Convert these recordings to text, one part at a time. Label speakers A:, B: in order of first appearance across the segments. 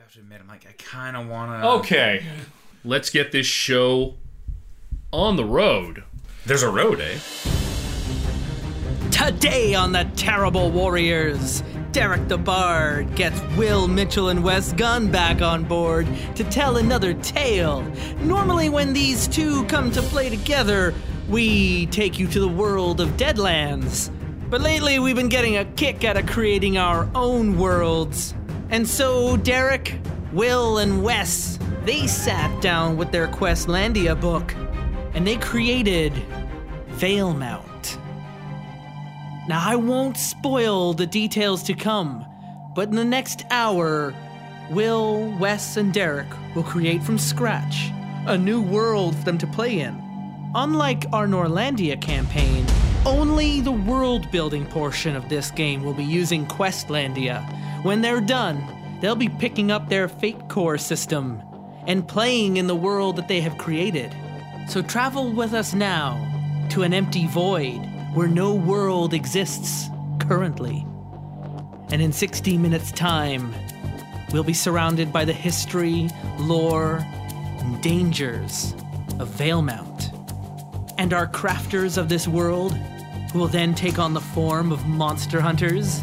A: have to admit, I'm like, I kind of want to.
B: Oh, Okay, let's get this show on the road.
A: There's a road, eh?
C: Today on the Terrible Warriors, Derek the Bard gets Will Mitchell and Wes Gunn back on board to tell another tale. Normally, when these two come to play together, we take you to the world of Deadlands. But lately, we've been getting a kick out of creating our own worlds. And so, Derek, Will, and Wes, they sat down with their Questlandia book and they created Veilmount. Now, I won't spoil the details to come, but in the next hour, Will, Wes, and Derek will create from scratch a new world for them to play in. Unlike our Norlandia campaign, only the world building portion of this game will be using Questlandia. When they're done, they'll be picking up their Fate Core system and playing in the world that they have created. So travel with us now to an empty void where no world exists currently. And in 60 minutes' time, we'll be surrounded by the history, lore, and dangers of Veilmount. And our crafters of this world, who will then take on the form of monster hunters,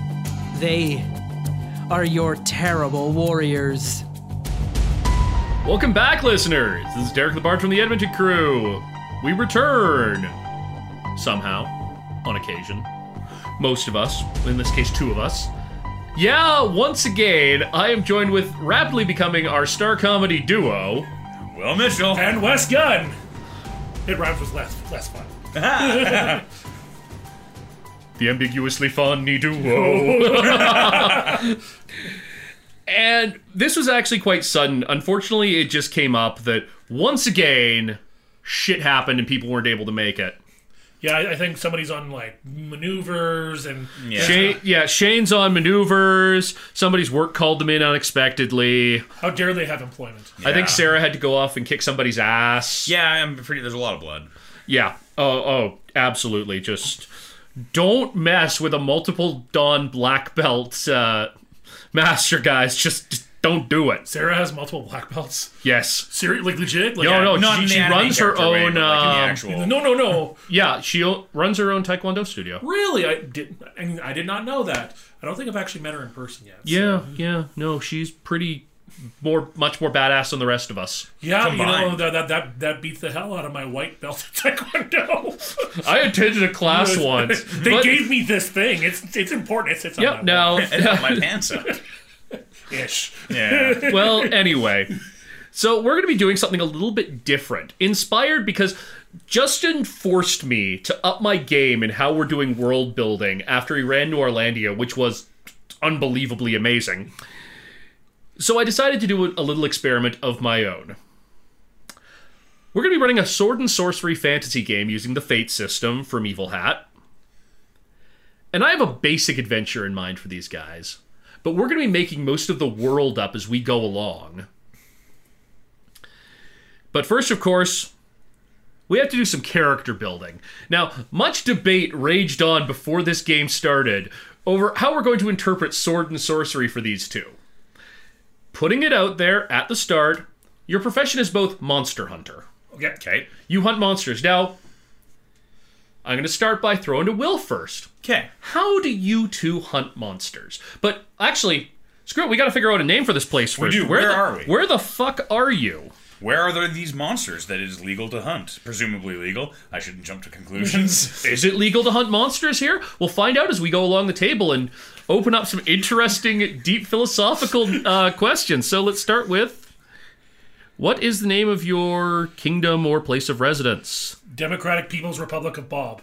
C: they are your terrible warriors.
B: Welcome back, listeners. This is Derek the Bard from the Edmonton Crew. We return somehow, on occasion. Most of us, in this case, two of us. Yeah, once again, I am joined with rapidly becoming our star comedy duo.
A: Well, Mitchell.
D: And West Gun. It rhymes with less less fun.
B: the ambiguously funny duo. and this was actually quite sudden. Unfortunately, it just came up that once again, shit happened and people weren't able to make it.
D: Yeah, I, I think somebody's on like maneuvers and
A: Yeah.
B: Shane, yeah, Shane's on maneuvers. Somebody's work called them in unexpectedly.
D: how dare they have employment?
B: I
A: Yeah.
B: think Sarah had to go off and kick somebody's ass.
A: Yeah, I'm pretty. There's a lot of blood.
B: Yeah. Oh, oh, absolutely. Just don't mess with a multiple Dawn black belt uh, master, guys. Just, just don't do it.
D: Sarah has multiple black belts.
B: Yes.
D: Seriously, like legit? Like,
B: No, no,
A: Not
B: Oh, she,
A: in the
B: she
A: anime
B: runs her
A: character way,
B: own.
A: but, like, in the
B: um,
A: actual.
D: No, no, no.
B: yeah, she o- runs her own Taekwondo studio.
D: really? I did. I, mean, I did not know that. I don't think I've actually met her in person yet. so-
B: Yeah, yeah. No, she's pretty more, much more badass than the rest of us.
D: Yeah, you know
A: Combined.
D: that, that that that beats the hell out of my white belt at taekwondo.
B: I attended a class once.
D: they
B: but-
D: gave me this thing. It's it's important. It's it's on my
B: Yep. Now,
A: I got my pants up.
D: belt. ish.
A: Yeah.
B: well, anyway. So we're going to be doing something a little bit different. Inspired because Justin forced me to up my game in how we're doing world building after he ran to Orlandia, which was unbelievably amazing. So I decided to do a little experiment of my own. We're going to be running a sword and sorcery fantasy game using the Fate system from Evil Hat. And I have a basic adventure in mind for these guys but we're going to be making most of the world up as we go along. But first, of course, we have to do some character building. Now, much debate raged on before this game started over how we're going to interpret sword and sorcery for these two. Putting it out there at the start, your profession is both monster hunter.
D: Okay.
A: Okay.
B: You hunt monsters. Now, I'm going to start by throwing to Will first
A: Okay.
B: how do you two hunt monsters? But actually, screw it. We got to figure out a name for this place first.
A: do. Where
B: the,
A: are we?
B: Where the fuck are you?
A: Where are there these monsters that it is legal to hunt? Presumably legal. I shouldn't jump to conclusions.
B: Is it legal to hunt monsters here? We'll find out as we go along the table and open up some interesting, deep philosophical uh, questions. So let's start with. What is the name of your kingdom or place of residence?
D: Democratic People's Republic of Bob.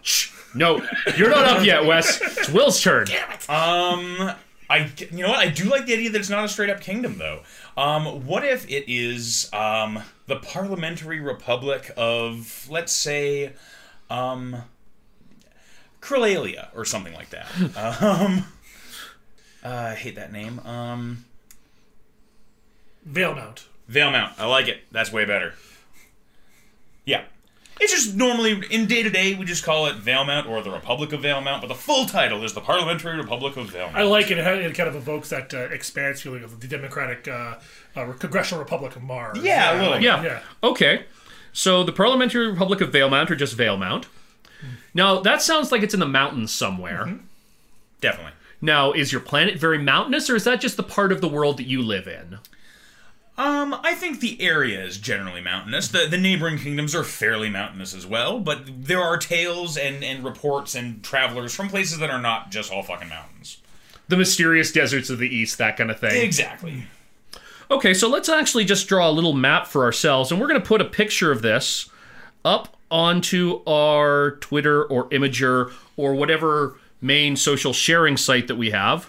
B: No, you're not up yet, Wes. It's Will's turn.
A: um, I you know what? I do like the idea that it's not a straight up kingdom though. Um, what if it is um the parliamentary republic of let's say um Krillalia or something like that. um uh, I hate that name. Um
D: Veilmount.
A: Veilmount. I like it. That's way better. Yeah. It's just normally in day to day we just call it Valemount or the Republic of Valemount, but the full title is the Parliamentary Republic of Valemount.
E: I like it. It it kind of evokes that uh, expanse feeling of the Democratic uh, uh, Congressional Republic of Mars.
A: yeah, a little.
B: Yeah.
E: Yeah.
B: Okay. So the Parliamentary Republic of Valemount, or just Valemount. Now that sounds like it's in the mountains somewhere.
A: definitely.
B: Now, is your planet very mountainous, or is that just the part of the world that you live in?
A: Um, I think the area is generally mountainous. The the neighboring kingdoms are fairly mountainous as well, but there are tales and, and reports and travelers from places that are not just all fucking mountains.
B: The mysterious deserts of the east, that kind of thing.
A: Exactly.
B: Okay, so let's actually just draw a little map for ourselves, and we're going to put a picture of this up onto our Twitter or Imager or whatever main social sharing site that we have.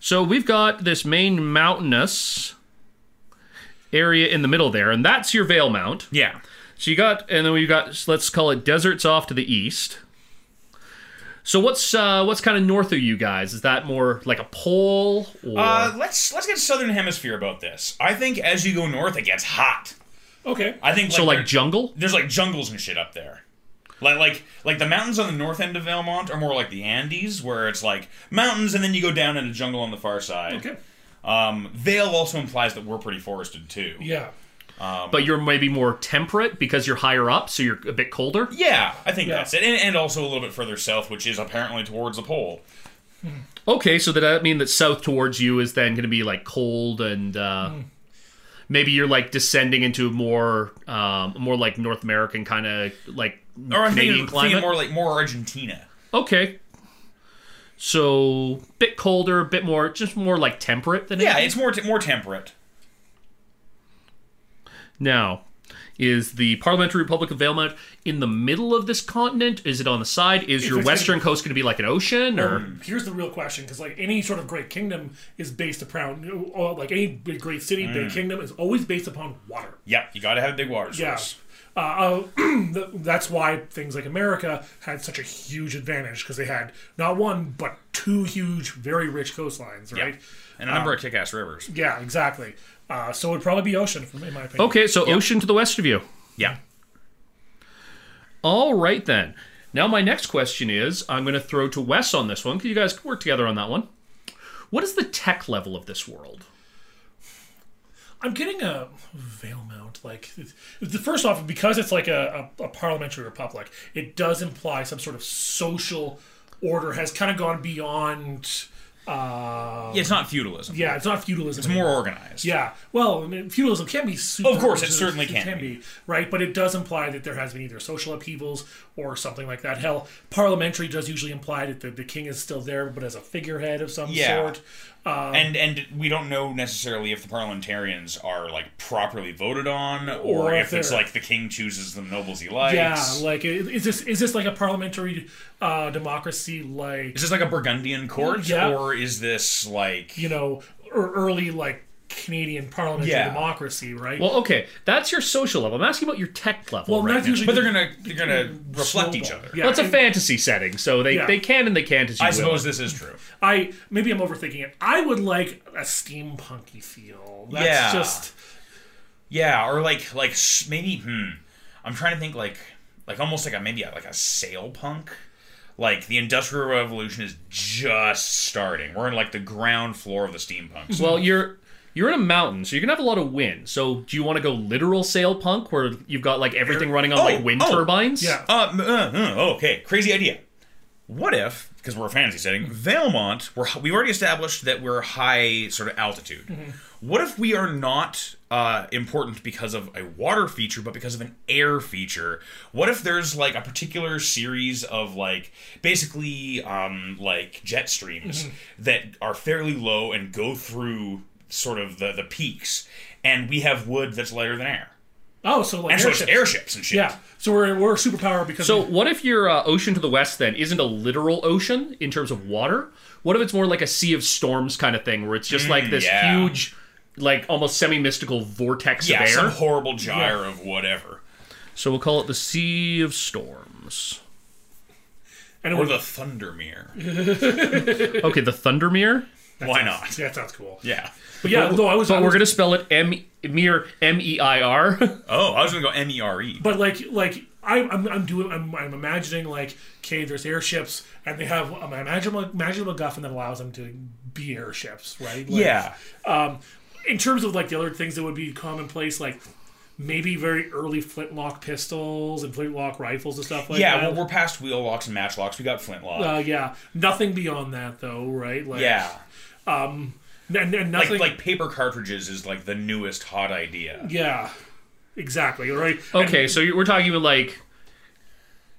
B: So we've got this main mountainous area in the middle there, and that's your Vale Mount.
A: Yeah.
B: So you got, and then we've got, let's call it deserts off to the east. So what's uh, what's kind of north of you guys? Is that more like a pole? Or...
A: Uh, let's let's get southern hemisphere about this. I think as you go north, it gets hot.
D: Okay.
A: I think
B: so like
A: there-
B: jungle?
A: there's like jungles and shit up there. Like like like the mountains on the north end of Valmont are more like the Andes, where it's like mountains and then you go down into jungle on the far side.
D: Okay.
A: Um, Vale also implies that we're pretty forested too.
D: Yeah.
B: but you're maybe more temperate because you're higher up, so you're a bit colder.
A: Yeah, I think
D: Yeah.
A: that's it, and, and also a little bit further south, which is apparently towards the pole.
B: Okay, so did that mean that south towards you is then going to be like cold and uh, maybe you're like descending into more, um, more like North American kind of like
A: Or I'm
B: Canadian
A: thinking,
B: climate.
A: thinking more like more Argentina.
B: okay, so bit colder, bit more, just more like temperate than
A: Yeah,
B: anything.
A: it's more t- more temperate.
B: Now, is the Parliamentary Republic of Valemount in the middle of this continent? Is it on the side? Is your
D: it's
B: western coast going to be like an ocean? Or
E: Here's the real question, because like any sort of great kingdom is based upon, or, like any big great city, big kingdom is always based upon water.
A: Yep, you got to have a big water
E: Yeah.
A: source.
E: Uh, uh, th- that's why things like America had such a huge advantage because they had not one but two huge, very rich coastlines, right?
A: and a
E: Um,
A: number of kick-ass rivers.
E: Yeah, exactly. Uh, so it'd probably be ocean, from- in my opinion.
B: Okay, so ocean to the west of you.
A: Yeah,
B: All right then. Now my next question is, I'm going to throw to Wes on this one because you guys can work together on that one. What is the tech level of this world?
E: I'm getting a veil mount. Like, it's- the first off, because it's like a, a, a parliamentary republic, it does imply some sort of social order has kind of gone beyond. Uh,
A: it's not feudalism.
E: yeah, it's not feudalism.
A: It's more organized.
E: Yeah, well, I mean, feudalism can be. Super
A: Of course, it certainly can be.
E: be. right, but it does imply that there has been either social upheavals or something like that. Hell, parliamentary does usually imply that the, the king is still there, but as a figurehead of some
A: Yeah.
E: sort.
A: and and we don't know necessarily if the parliamentarians are like properly voted on, or,
E: Or if
A: if it's
E: they're-
A: like the king chooses the nobles he likes.
E: Yeah, like i- is this is this like a parliamentary uh, democracy like
A: is this like a Burgundian court,
E: Yeah.
A: or is this like
E: you know er- early like Canadian parliamentary
A: Yeah.
E: democracy, right?
B: Well, okay, that's your social level. I'm asking about your tech level.
E: Well,
B: right
E: that's
B: now.
E: usually
A: But they're gonna they're gonna reflect each
E: Snowball.
A: other.
E: Yeah,
B: Well, it's a
E: and
B: fantasy setting, so they,
E: Yeah.
B: they can and they can't as you
A: I
B: will.
A: suppose this is true.
E: I maybe I'm overthinking it. I would like a steampunky feel. That's
A: Yeah.
E: just
A: Yeah, or like like s- maybe hmm. I'm trying to think like like almost like a maybe a, like a sail punk. Like the industrial revolution is just starting. We're in like the ground floor of the steampunks.
B: Well, you're you're in a mountain, so you're gonna have a lot of wind. So do you want to go literal sail punk, where you've got like everything running on
A: Oh,
B: like wind
A: oh,
B: turbines?
E: yeah.
A: Uh, m- uh, uh, okay, crazy idea. What if, because we're a fantasy setting,
E: Mm-hmm.
A: Valmont, we're, we've already established that we're high sort of altitude.
E: Mm-hmm.
A: What if we are not uh, important because of a water feature, but because of an air feature? What if there's like a particular series of like basically um, like jet streams
E: Mm-hmm.
A: that are fairly low and go through sort of the, the peaks, and we have wood that's lighter than air?
E: oh, so like
A: And so it's
E: airships.
A: airships and shit.
E: Yeah, so we're we're a superpower because
B: So
E: we-
B: what if your uh, ocean to the west then isn't a literal ocean in terms of water? What if it's more like a sea of storms kind of thing, where it's just
E: Mm,
B: like this
A: yeah.
B: huge, like almost semi-mystical vortex
A: yeah,
B: of air?
A: some horrible gyre of whatever,
B: so we'll call it the Sea of Storms.
E: and it
A: or
E: would,
A: the Thundermere.
B: Okay, the Thundermere,
A: Why not?
E: yeah, that sounds cool.
A: Yeah.
E: But yeah, no, I was. I
B: but
E: was-
B: we're gonna spell it M mere M E I R.
A: Oh, I was gonna go M E R E.
E: But like, like I, I'm, I'm doing I'm, I'm imagining like okay there's airships and they have um, imagine imagine a MacGuffin that allows them to be airships right Like,
A: Yeah.
E: um, in terms of like the other things that would be commonplace like maybe very early flintlock pistols and flintlock rifles and stuff like
A: yeah,
E: that
A: we're, we're past wheel locks and match locks. We got flintlock.
E: uh, yeah nothing beyond that though right like
A: yeah.
E: and, and
A: Like,
E: nothing
A: like paper cartridges is like the newest hot idea.
E: yeah exactly right
B: Okay, so you- we're talking about like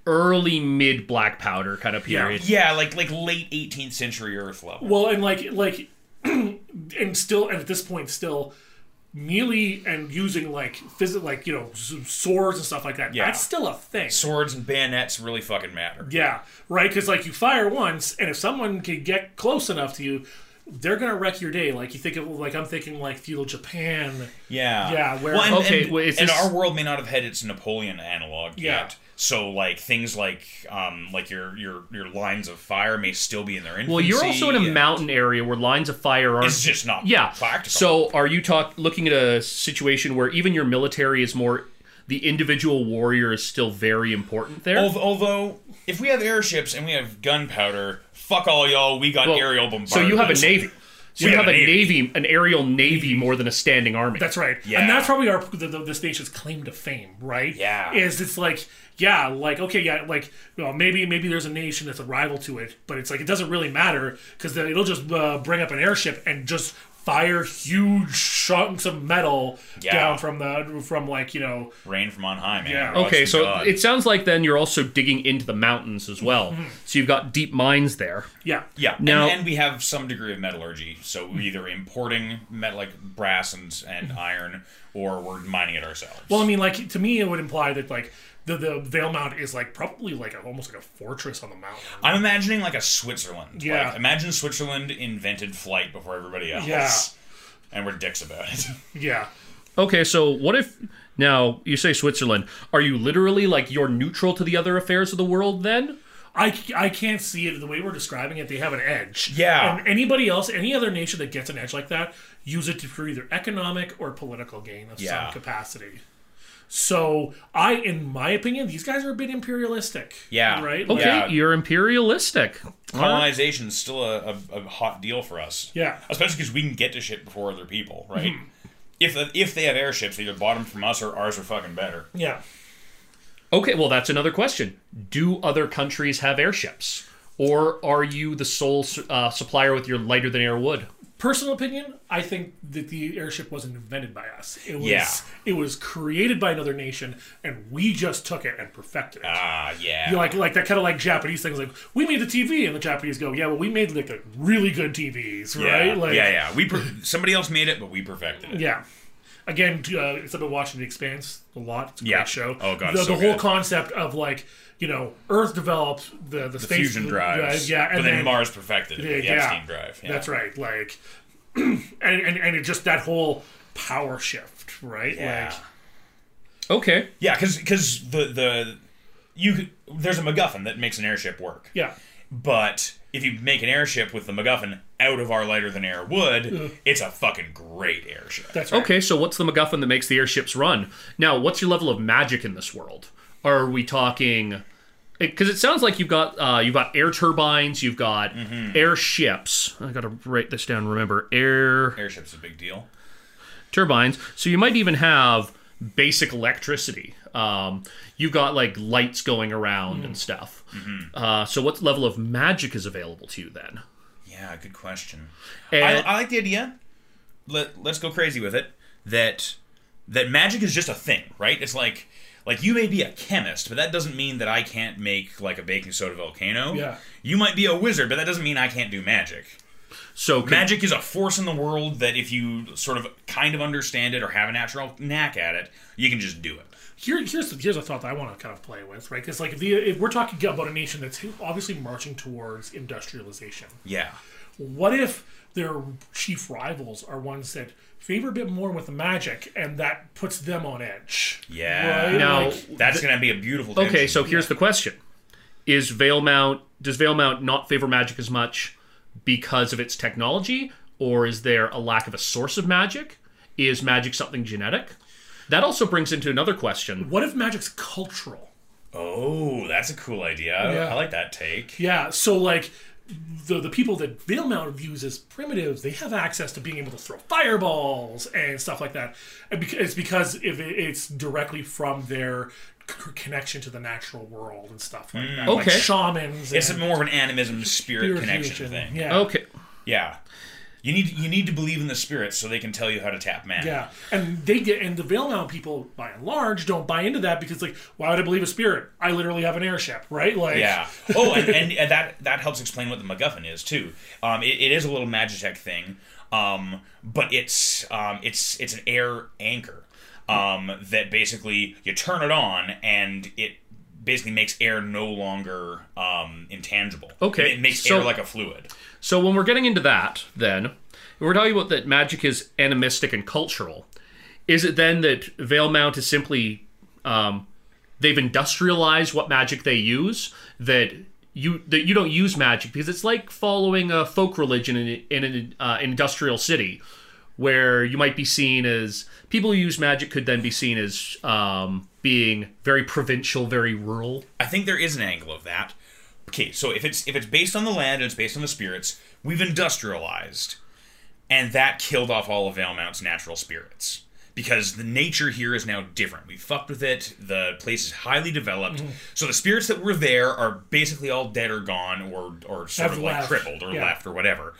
B: early mid black powder kind of
E: Yeah.
B: period.
A: Yeah, like like late 18th century Earth level.
E: Well, and like like and still and at this point still melee and using like physical like you know s- swords and stuff like that.
A: Yeah.
E: That's still a thing.
A: Swords and bayonets really fucking matter.
E: yeah, right. Because like you fire once, and if someone can get close enough to you, they're gonna wreck your day. Like you think of like I'm thinking like feudal Japan.
A: Yeah.
E: Yeah, where-
A: well, and,
B: Okay,
A: and,
B: wait, is
A: and
B: this-
A: our world may not have had its Napoleon analog
E: Yeah.
A: yet. So like things like um like your your your lines of fire may still be in their infancy.
B: Well, you're also in a
A: and
B: mountain area where lines of fire aren't.
A: It's just not
B: yeah.
A: practical.
B: So are you talk looking at a situation where even your military is more the individual warrior is still very important there?
A: Al- Although, if we have airships and we have gunpowder, fuck all y'all. We got
B: Well,
A: aerial bombardment.
B: so you have a navy. So you
A: Yeah,
B: have a
A: navy. Mm-hmm.
B: navy, an aerial navy more than a standing army.
E: That's right.
A: Yeah.
E: And that's probably our the, the, this nation's claim to fame, right?
A: Yeah.
E: Is it's like yeah, like okay, yeah, like well, maybe maybe there's a nation that's a rival to it, but it's like it doesn't really matter because it'll just uh, bring up an airship and just fire huge chunks of metal
A: Yeah.
E: down from the from like you know
A: rain from on high, man.
E: Yeah.
A: Rods
B: Okay,
A: from
B: so
A: God.
B: it sounds like then you're also digging into the mountains as well.
A: Mm-hmm.
B: So you've got deep mines there.
E: yeah
A: yeah,
B: now-
A: and, and we have some degree of metallurgy. So we're either importing metal like brass and
B: Mm-hmm.
A: and iron, or we're mining it ourselves.
E: Well, I mean, like to me, it would imply that like the the Vale Mount is like probably like a, almost like a fortress on the mountain.
A: I'm imagining like a Switzerland.
E: Yeah.
A: Like, imagine Switzerland invented flight before everybody else.
E: Yeah.
A: And we're dicks about it.
E: Yeah.
B: Okay, so what if now you say Switzerland? Are you literally like you're neutral to the other affairs of the world then?
E: I, I can't see it the way we're describing it. They have an edge.
A: Yeah.
E: And anybody else, any other nation that gets an edge like that, use it for either economic or political gain of
A: Yeah.
E: some capacity. So I, in my opinion, these guys are a bit imperialistic.
A: Yeah.
E: Right.
B: Okay,
E: Like,
A: Yeah.
B: you're imperialistic.
A: Colonization's still a, a, a hot deal for us.
E: Yeah. Hmm.
A: Especially because we can get to shit before other people, right? If, if they have airships, they either bought them from us or ours are fucking better.
E: yeah.
B: Okay, well that's another question. Do other countries have airships? Or are you the sole uh, supplier with your lighter than air wood?
E: Personal opinion, I think that the airship wasn't invented by us. It was.
A: Yeah.
E: It was created by another nation, and we just took it and perfected it.
A: Ah, yeah.
E: You know, like like that kind of like Japanese things like we made the TV and the Japanese go yeah well we made like, like really good TVs
A: yeah.
E: right like
A: yeah, yeah. We per- somebody else made it, but we perfected it.
E: Yeah. Again, uh, it's I've been watching The Expanse a lot. It's a
A: Yeah.
E: great show.
A: Oh, God,
E: the,
A: it's so
E: the whole
A: good.
E: concept of like you know Earth developed the the,
A: The
E: space
A: fusion drives.
E: yeah, and
A: but then, Mars perfected it.
E: yeah,
A: with the
E: yeah.
A: Epstein drive. Yeah.
E: That's right. Like, and, and and it just that whole power shift, right?
A: Yeah.
E: Like,
B: Okay.
A: Yeah, because the the you could- there's a MacGuffin that makes an airship work.
E: yeah.
A: But if you make an airship with the MacGuffin out of our lighter than air wood, it's a fucking great airship.
E: That's right.
B: Okay, so what's the MacGuffin that makes the airships run? Now, what's your level of magic in this world? Are we talking? Because it sounds like you've got uh, you've got air turbines, you've got airships. I got to write this down. Remember, air
A: Airship's a big deal.
B: turbines. So you might even have basic electricity. Um, you've got like lights going around
A: Hmm.
B: and stuff.
A: Mm-hmm.
B: Uh, so what level of magic is available to you then?
A: Yeah, good question. I,
B: And-
A: I like the idea. Let Let's go crazy with it. That that magic is just a thing, right? It's like like you may be a chemist, but that doesn't mean that I can't make like a baking soda volcano.
E: Yeah.
A: You might be a wizard, but that doesn't mean I can't do magic.
B: so can-
A: Magic is a force in the world that if you sort of kind of understand it or have a natural knack at it, you can just do it.
E: Here, here's here's a thought that I want to kind of play with, right? Because like if, the, if we're talking about a nation that's obviously marching towards industrialization,
A: Yeah.
E: What if their chief rivals are ones that favor a bit more with the magic, and that puts them on edge?
A: Yeah.
E: Right?
B: Now-
E: Like,
A: That's going to be a beautiful tension.
B: Okay, so here's the question: Is Veilmount does Veilmount not favor magic as much because of its technology, or is there a lack of a source of magic? Is magic something genetic? That also brings into another question.
E: what if magic's cultural?
A: Oh, that's a cool idea. I-
E: Yeah.
A: I like that take.
E: Yeah, so like the the people that Veilmount views as primitives, they have access to being able to throw fireballs and stuff like that. And bec- It's because if it- it's directly from their c- connection to the natural world and stuff like that.
B: Okay.
E: Like shamans.
A: Mm. It's
E: and
A: more of an animism spirit connection
E: spirituation.
A: thing.
E: Yeah.
B: Okay.
A: Yeah. You need you need to believe in the spirits so they can tell you how to tap man.
E: Yeah, and they get and the Veilmount people, by and large, don't buy into that because like, why would I believe a spirit? I literally have an airship, right? Like,
A: Yeah. Oh, and, and, and that that helps explain what the MacGuffin is too. Um, it, it is a little Magitech thing, um, but it's um, it's it's an air anchor um, that basically you turn it on and it basically makes air no longer um, intangible.
B: Okay,
A: It makes
B: so-
A: air like a fluid.
B: So when we're getting into that, then we're talking about that magic is animistic and cultural. Is it then that Veilmount is simply um, they've industrialized what magic they use that you that you don't use magic because it's like following a folk religion in, in an uh, industrial city where you might be seen as people who use magic could then be seen as um, being very provincial, very rural.
A: I think there is an angle of that. Okay, so if it's if it's based on the land and it's based on the spirits, we've industrialized, and that killed off all of Valmount's natural spirits because the nature here is now different. We fucked with it. The place is highly developed,
E: Mm-hmm.
A: so the spirits that were there are basically all dead or gone or or sort
E: Have
A: of like
E: left,
A: crippled or
E: yeah.
A: left or whatever.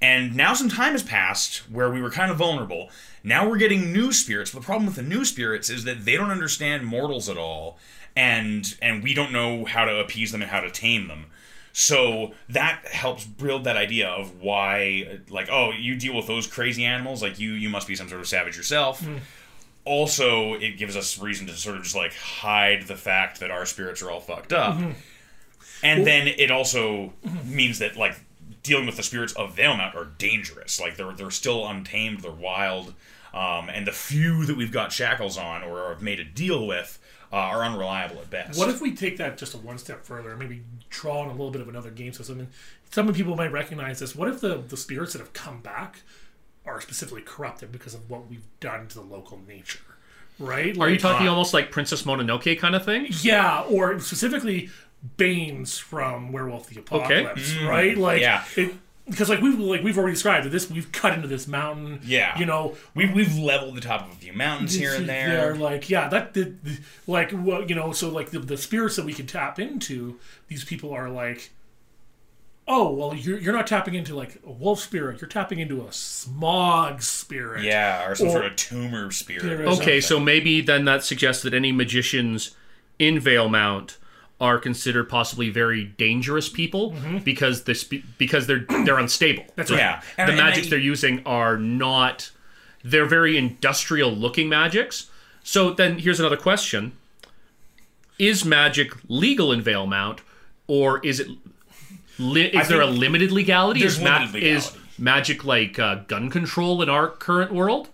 A: And now some time has passed where we were kind of vulnerable. Now we're getting new spirits. But the problem with the new spirits is that they don't understand mortals at all, and and we don't know how to appease them and how to tame them. So that helps build that idea of why, like, oh, you deal with those crazy animals, like you you must be some sort of savage yourself. Also, it gives us reason to sort of just like hide the fact that our spirits are all fucked up.
E: Mm-hmm.
A: And then it also means that like dealing with the spirits of Veilmount are dangerous. Like they're they're still untamed, they're wild, um, and the few that we've got shackles on or have made a deal with uh, are unreliable at best.
E: What if we take that just a one step further and maybe draw on a little bit of another game system? And some people might recognize this. What if the, the spirits that have come back are specifically corrupted because of what we've done to the local nature? Right?
B: Are you
E: Like-
B: talking almost like Princess Mononoke kind of thing?
E: Yeah, or specifically Banes from Werewolf the Apocalypse,
B: Mm.
E: right? Like,
A: yeah.
E: it- because like we've like we've already described that this we've cut into this mountain.
A: Yeah.
E: you know
A: we've we've leveled the top of a few mountains here and there.
E: they're like yeah, that the, the- like well, you know, so like the, the spirits that we can tap into, these people are like, oh well, you're you're not tapping into like a wolf spirit, you're tapping into a smog spirit.
A: yeah, or some
E: Or-
A: sort of tumor spirit.
E: There
A: or
E: is a-
B: Okay, so maybe then that suggests that any magicians in Veilmount are considered possibly very dangerous people because the sp- because they're they're unstable. That's
A: Mm-hmm. right. Yeah. And-
B: the
A: and
B: magics
A: I-
B: they're using are not they're very industrial looking magics. So then here's another question. Is magic legal in Veilmount or is it li- is there a
A: think
B: limited legality?
A: there's
B: Is, ma-
A: limited
B: is
A: legality.
B: magic like uh, gun control in our current world?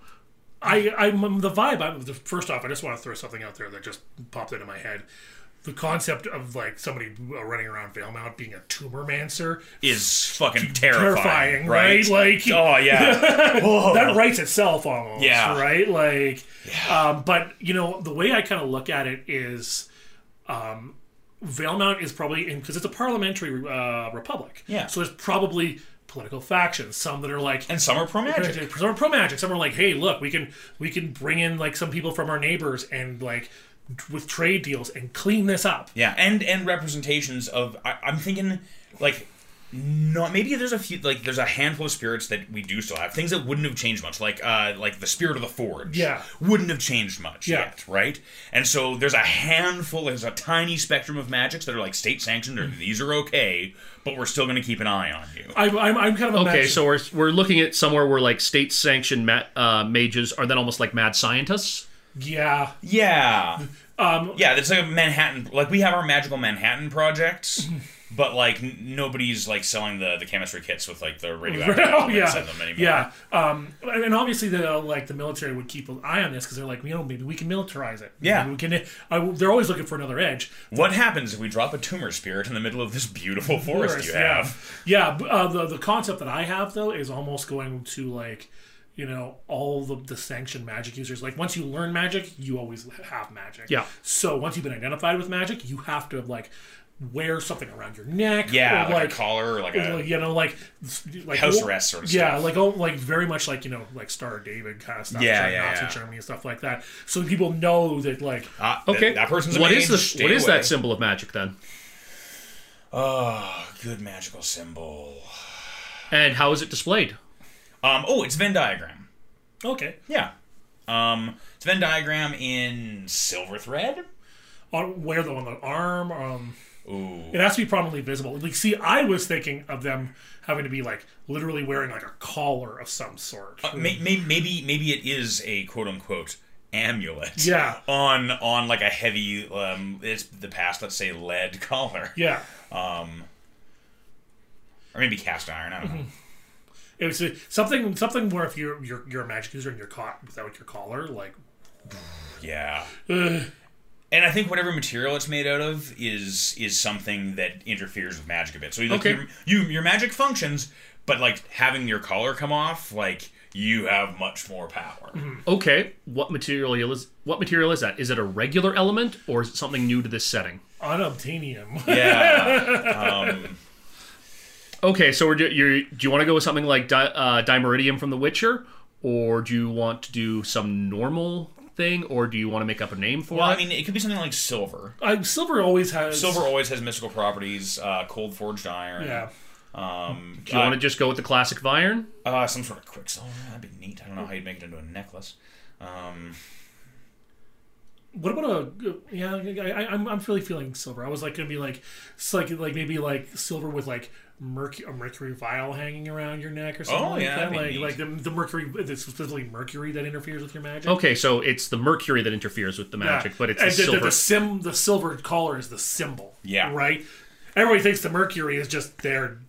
E: I, I'm the vibe. I'm the, first off, I just want to throw something out there that just popped into my head. The concept of like somebody uh, running around Veilmount being a tumor mancer
A: Is fucking terrifying,
E: terrifying,
A: right?
E: right? Like
A: oh yeah, Whoa.
E: that writes itself almost,
A: Yeah.
E: right? Like, um, but you know, the way I kind of look at it is, um, Valemount is probably because it's a parliamentary uh, republic,
A: Yeah.
E: So there's probably political factions, some that are like.
A: and some are pro magic.
E: Some are pro magic. Some are like, "Hey, look, we can we can bring in like some people from our neighbors and like with trade deals and clean this up."
A: Yeah, and and representations of I, I'm thinking like not maybe there's a few like there's a handful of spirits that we do still have things that wouldn't have changed much like uh like the spirit of the forge
E: Yeah.
A: wouldn't have changed much
E: Yeah.
A: yet right and so there's a handful there's a tiny spectrum of magics that are like state sanctioned or these are okay but we're still gonna keep an eye on you
E: I'm I'm, I'm kind of
B: Okay,
E: imagining-
B: so we're, we're looking at somewhere where like state sanctioned ma- uh, mages are then almost like mad scientists.
E: yeah,
A: yeah um yeah there's like a Manhattan like we have our magical Manhattan projects. But like n- nobody's like selling the, the chemistry kits with like the radioactive
E: oh
A: elements
E: yeah,
A: in them anymore.
E: yeah. Um, and and obviously the like the military would keep an eye on this because they're like, you know, maybe we can militarize it.
A: Yeah.
E: Maybe we can. I, they're always looking for another edge.
A: What happens if we drop a tumor spirit in the middle of this beautiful forest you have?
E: Yeah, yeah. b- Uh, the the concept that I have though is almost going to like. you know all the the sanctioned magic users. Like once you learn magic, you always have magic.
B: Yeah.
E: So once you've been identified with magic, you have to like wear something around your neck.
A: Yeah,
E: or,
A: like, a collar or like
E: like,
A: a
E: you know, like like
A: House arrest sort of
E: yeah,
A: stuff.
E: like oh, like very much like you know, like Star David kind of stuff.
A: Yeah,
E: like
A: yeah,
E: Nazi
A: yeah.
E: Germany and stuff like that. So people know that like
A: ah, th-
B: Okay.
A: That person's a
B: What
A: mage.
B: is the
A: stay
B: what is
A: away.
B: that symbol of magic then?
A: Oh, good magical symbol.
B: And how is it displayed?
A: Um. Oh, it's Venn diagram.
E: okay,
A: Yeah. Um. It's Venn diagram in silver thread.
E: on where though on the arm. Um,
A: Ooh.
E: it has to be prominently visible. Like, see, I was thinking of them having to be like literally wearing like a collar of some sort.
A: May, may, maybe maybe it is a quote unquote amulet.
E: Yeah.
A: On on like a heavy um it's the past let's say lead collar
E: yeah,
A: or maybe cast iron. I don't
E: Mm-hmm.
A: know.
E: it was uh, something something where if you're you're, you're a magic user and you're caught without your collar, like
A: Yeah. And I think whatever material it's made out of is is something that interferes with magic a bit. So like,
B: Okay.
A: your, you your magic functions, but like having your collar come off, like you have much more power.
E: Mm-hmm.
B: Okay, what material is what material is that? Is it a regular element or is it something new to this setting?
E: unobtainium.
A: Yeah.
B: Okay, so we're, do, you do you want to go with something like di, uh, Dimeridium from The Witcher, or do you want to do some normal thing, or do you want to make up a name for
A: well,
B: it?
A: I mean, it could be something like silver.
E: I, silver always has
A: Silver always has mystical properties. Uh, cold forged iron.
E: Yeah,
A: Um,
B: do you want to just go with the classic of iron?
A: Uh, some sort of quicksilver. That'd be neat. I don't know how you'd make it into a necklace. Um,
E: What about a yeah? I, I, I'm I'm really feeling silver. I was like gonna be like, it's like like maybe like silver with like mercury a mercury vial hanging around your neck or something
A: Oh,
E: like
A: yeah, that'd
E: that.
A: be
E: Like
A: neat.
E: like the, the mercury, it's specifically mercury that interferes with your magic.
B: Okay, so it's the mercury that interferes with the
E: Yeah.
B: magic, but it's
E: And
B: the silver.
E: The, sim the silver collar is the symbol.
A: Yeah.
E: right. Everybody thinks the mercury is just there.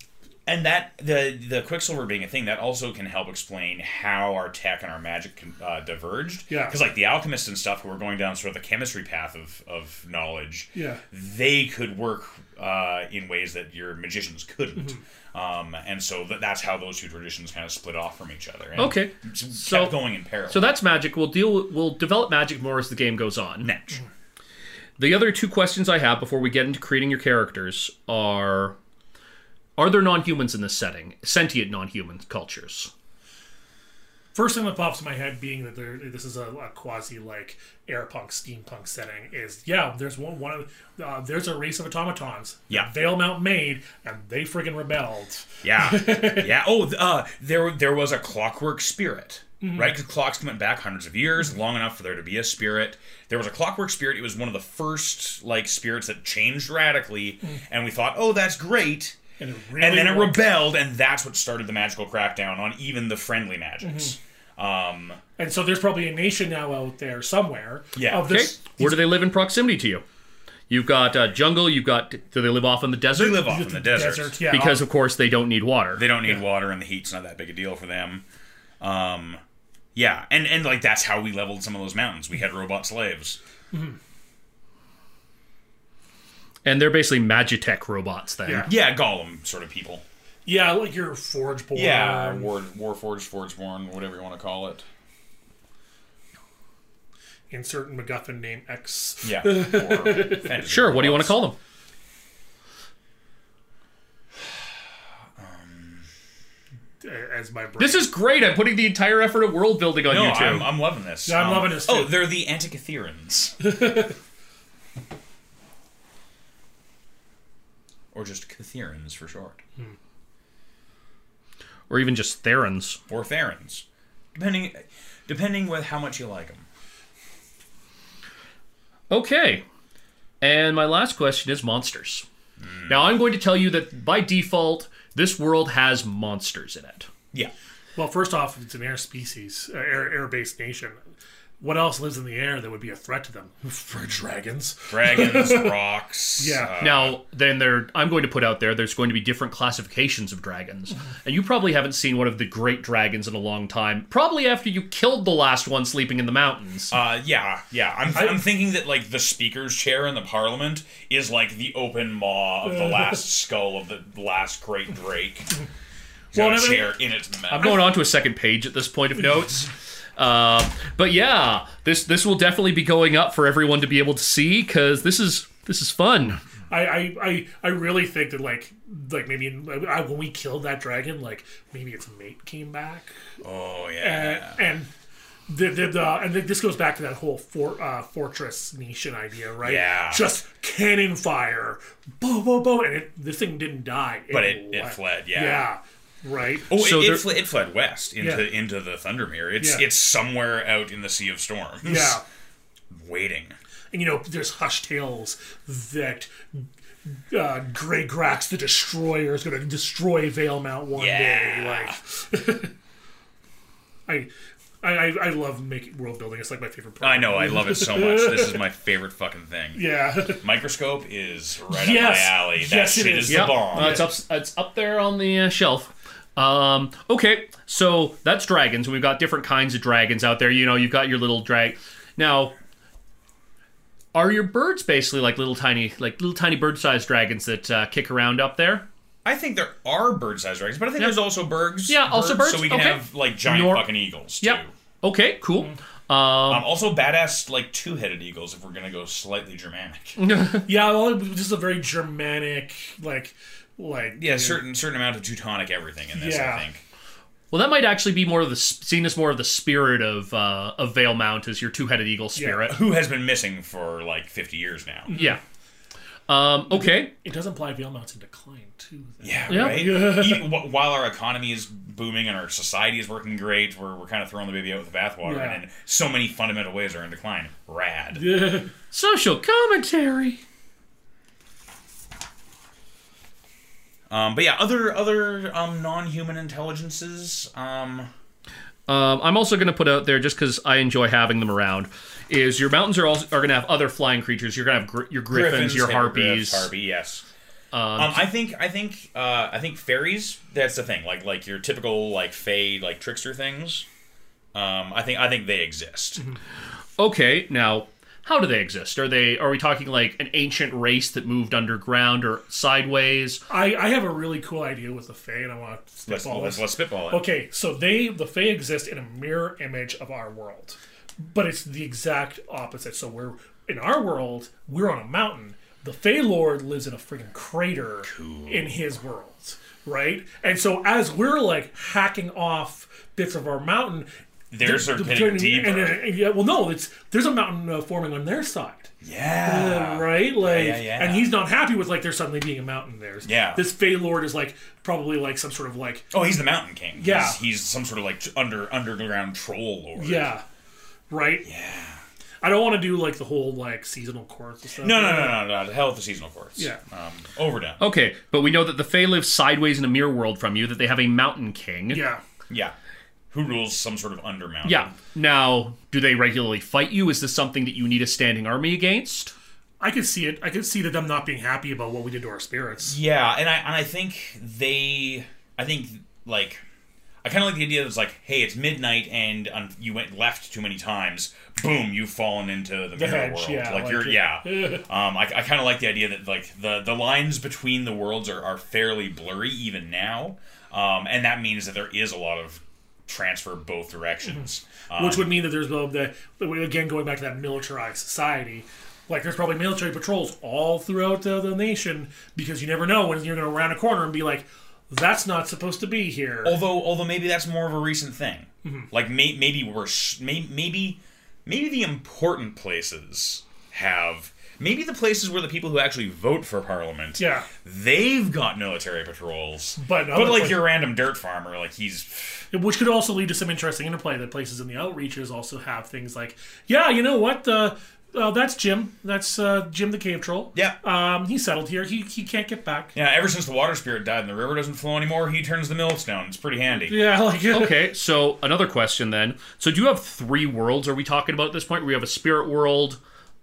A: and that the the quicksilver being a thing that also can help explain how our tech and our magic can, uh, diverged.
E: Yeah.
A: Because like the alchemists and stuff who were going down sort of the chemistry path of of knowledge.
E: Yeah.
A: They could work uh, in ways that your magicians couldn't.
E: Mm-hmm.
A: Um, and so that that's how those two traditions kind of split off from each other. And
B: Okay,
A: s-
B: so-
A: kept going in parallel.
B: so that's magic. We'll deal. We'll develop magic more as the game goes on.
A: Match.
B: The other two questions I have before we get into creating your characters are: Are there non-humans in this setting? Sentient non-human cultures.
E: First thing that pops in my head, being that there, this is a, a quasi like air punk steampunk setting, is yeah. There's one one of uh, there's a race of automatons.
A: Yeah.
E: Vale Mount made, and they friggin' rebelled.
A: Yeah, yeah. Oh, th- uh, there there was a clockwork spirit, right? Because clocks went back hundreds of years, long enough for there to be a spirit. There was a clockwork spirit. It was one of the first like spirits that changed radically, and we thought, oh, that's great.
E: And, it
A: And then it
E: rebelled.
A: rebelled, and that's what started the magical crackdown on even the friendly magics. Um,
E: and so there's probably a nation now out there somewhere.
A: Yeah.
E: Of
B: Okay,
E: this,
B: where do they live in proximity to you? You've got uh, jungle. You've got. Do they live off in the desert?
A: they live off in the desert,
E: yeah.
B: because of course they don't need water.
A: They don't need water, and the heat's not that big a deal for them. Um, yeah, and and like that's how we leveled some of those mountains. We had robot slaves.
B: and they're basically magitech robots then.
E: Yeah.
A: Yeah, golem sort of people.
E: yeah, like your forge board.
A: Yeah, War, Warforged, Forgeborn, whatever you want to call it.
E: Insert MacGuffin name X.
A: Yeah. or fantasy
B: Sure, what do you want to
A: robots.
B: call them?
E: As my brain.
B: This is great. I'm putting the entire effort of world building on
A: No,
B: you 2
A: I'm, I'm loving this.
E: Yeah, I'm loving this
A: Oh,
E: too.
A: they're the Antikytherans. or just Kytherans for short.
B: or even just Therans.
A: Or Therans. Depending, depending with how much you like them.
B: Okay. And my last question is monsters.
A: Hmm.
B: Now I'm going to tell you that by default, this world has monsters in it.
A: Yeah.
E: well, first off, it's an air species, uh, air air based nation. What else lives in the air that would be a threat to them? For dragons.
A: Dragons, rocks.
E: Yeah.
A: uh,
B: Now, then there I'm going to put out there there's going to be different classifications of
A: Hmm.
B: dragons. And you probably haven't seen one of the great dragons in a long time, probably after you killed the last one sleeping in the mountains.
A: Uh, yeah, yeah. I'm, I'm thinking that like the speaker's chair in the parliament is like the open maw of the last skull of the last great drake. Got
E: Well,
A: a
E: and
A: chair in its mouth.
B: I'm going on to a second page at this point of notes. Uh, but yeah, this this will definitely be going up for everyone to be able to see because this is this is fun.
E: I, I, I, I really think that like like maybe in, I, when we killed that dragon, like maybe its mate came back,
A: oh
E: and,
A: yeah.
E: and the, the, the and this goes back to that whole for, uh, fortress nation idea, right?
A: Yeah.
E: Just cannon fire, bo bo bo, and it, this thing didn't die,
A: But it- it fled, yeah.
E: yeah, right.
A: Oh,
B: So
A: it,
B: there-
A: it, fl- it fled west into
E: Yeah.
A: into the Thundermere. It's
E: Yeah.
A: it's somewhere out in the Sea of Storms.
E: yeah.
A: waiting.
E: And you know, there's hush tales that uh, Grey Grax the Destroyer is going to destroy Vale Mount one
A: Yeah.
E: day. Like, I, I, I I love making world building. It's like my favorite part.
A: I know. I love it so much. This is my favorite fucking thing.
E: Yeah,
A: Microscope is right
E: Yes.
A: up my alley. That
E: Yes, it
A: shit
E: is.
A: is,
B: Yeah,
A: the bomb.
B: uh, it's up it's up there on the uh, shelf. Um, okay, so that's dragons. We've got different kinds of dragons out there. You know, you've got your little drag. Now, are your birds basically like little tiny like little tiny bird-sized dragons that uh, kick around up there?
A: I think there are bird-sized dragons, but I think there's also birds.
B: Yeah, also birds,
A: So we can
B: okay.
A: have like giant
B: Nor-
A: fucking eagles too.
B: Yep. Okay, cool.
A: Um, also badass like two-headed eagles if we're gonna go slightly Germanic.
E: yeah. Well, this is a very Germanic, like, like
A: Yeah, certain certain amount of Teutonic everything in this.
E: Yeah.
A: I think.
B: Well, that might actually be more of the sp- seen as more of the spirit of uh, of Vale Mount as your two-headed eagle spirit.
A: Who has been missing for like 50 years now?
B: Yeah. Um, okay.
E: It does imply Vale Mount's in decline too. then.
A: Yeah,
B: Yeah.
A: right. Even, wh- while our economy is booming and our society is working great, we're, we're kind of throwing the baby out with the bathwater,
E: Yeah.
A: and in so many fundamental ways are in decline. Rad.
B: Social commentary.
A: Um, but yeah, other other um, non-human intelligences. Um,
B: Um, I'm also going to put out there just because I enjoy having them around. Is your mountains are also are going to have other flying creatures? You're going to have gr- your griffins, your
A: hammer
B: harpies.
A: griffs, harpy, yes. Um, I think I think uh, I think fairies. That's the thing. Like like your typical like fae like trickster things. Um, I think I think they exist.
B: Okay, now how do they exist? Are they are we talking like an ancient race that moved underground or sideways?
E: I, I have a really cool idea with the Fae, and I want to
A: Let's,
E: all
A: let's
E: this.
A: let's spitball it.
E: Okay, so they the Fae exist in a mirror image of our world, but it's the exact opposite. So we're in our world, we're on a mountain. The Fae Lord lives in a freaking crater in his world, right? And so as we're like hacking off bits of our mountain,
A: There's are
E: the-
A: getting deeper.
E: and, and- yeah, well, no, it's there's a mountain uh, forming on their side.
A: yeah.
E: Right, like,
A: yeah, yeah.
E: and he's not happy with like there suddenly being a mountain there.
A: Yeah.
E: this Fey Lord is like probably like some sort of like
A: Oh, he's the Mountain King. He's-
E: Yeah.
A: he's, some sort of like t- under underground troll lord.
E: Yeah. Right? Yeah. I don't want to do like the whole like seasonal courts and stuff.
A: No, no, no, no, no. The hell with the seasonal courts.
E: Yeah. Oh.
A: Um, overdone.
B: Okay, but we know that the Fae live sideways in a mirror world from you. That they have a mountain king.
E: Yeah.
A: Yeah. Who rules some sort of undermountain?
B: Yeah. Now, do they regularly fight you? Is this something that you need a standing army against?
E: I could see it. I could see that them not being happy about what we did to our spirits.
A: Yeah, and I and I think they, I think like, I kind of like the idea that it's like, hey, it's midnight and um, you went left too many times. Boom, you've fallen into the, mirror
E: hedge,
A: world.
E: yeah,
A: like,
E: like
A: you're,
E: it-
A: yeah. um, I, I kind of like the idea that like the the lines between the worlds are are fairly blurry even now, um, and that means that there is a lot of transfer both directions. Um,
E: Which would mean that there's well, the, the- again going back to that militarized society. Like there's probably military patrols all throughout the, the nation because you never know when you're going to round a corner and be like, "That's not supposed to be here."
A: although although maybe that's more of a recent thing
E: Mm-hmm.
A: like may, maybe we're sh- may, maybe maybe the important places have maybe the places where the people who actually vote for parliament
E: Yeah.
A: they've got military patrols
E: But
A: but
E: other
A: like
E: place-
A: your random dirt farmer like he's
E: which could also lead to some interesting interplay that places in the outreaches also have things like yeah you know what uh, uh, that's jim that's uh, jim the cave troll
A: Yeah.
E: um, he settled here he, he can't get back
A: yeah ever since the water spirit died and the river doesn't flow anymore he turns the mill stone it's pretty handy
E: yeah like
B: Okay, so another question then. So do you have three worlds are we talking about at this point? We have a spirit world,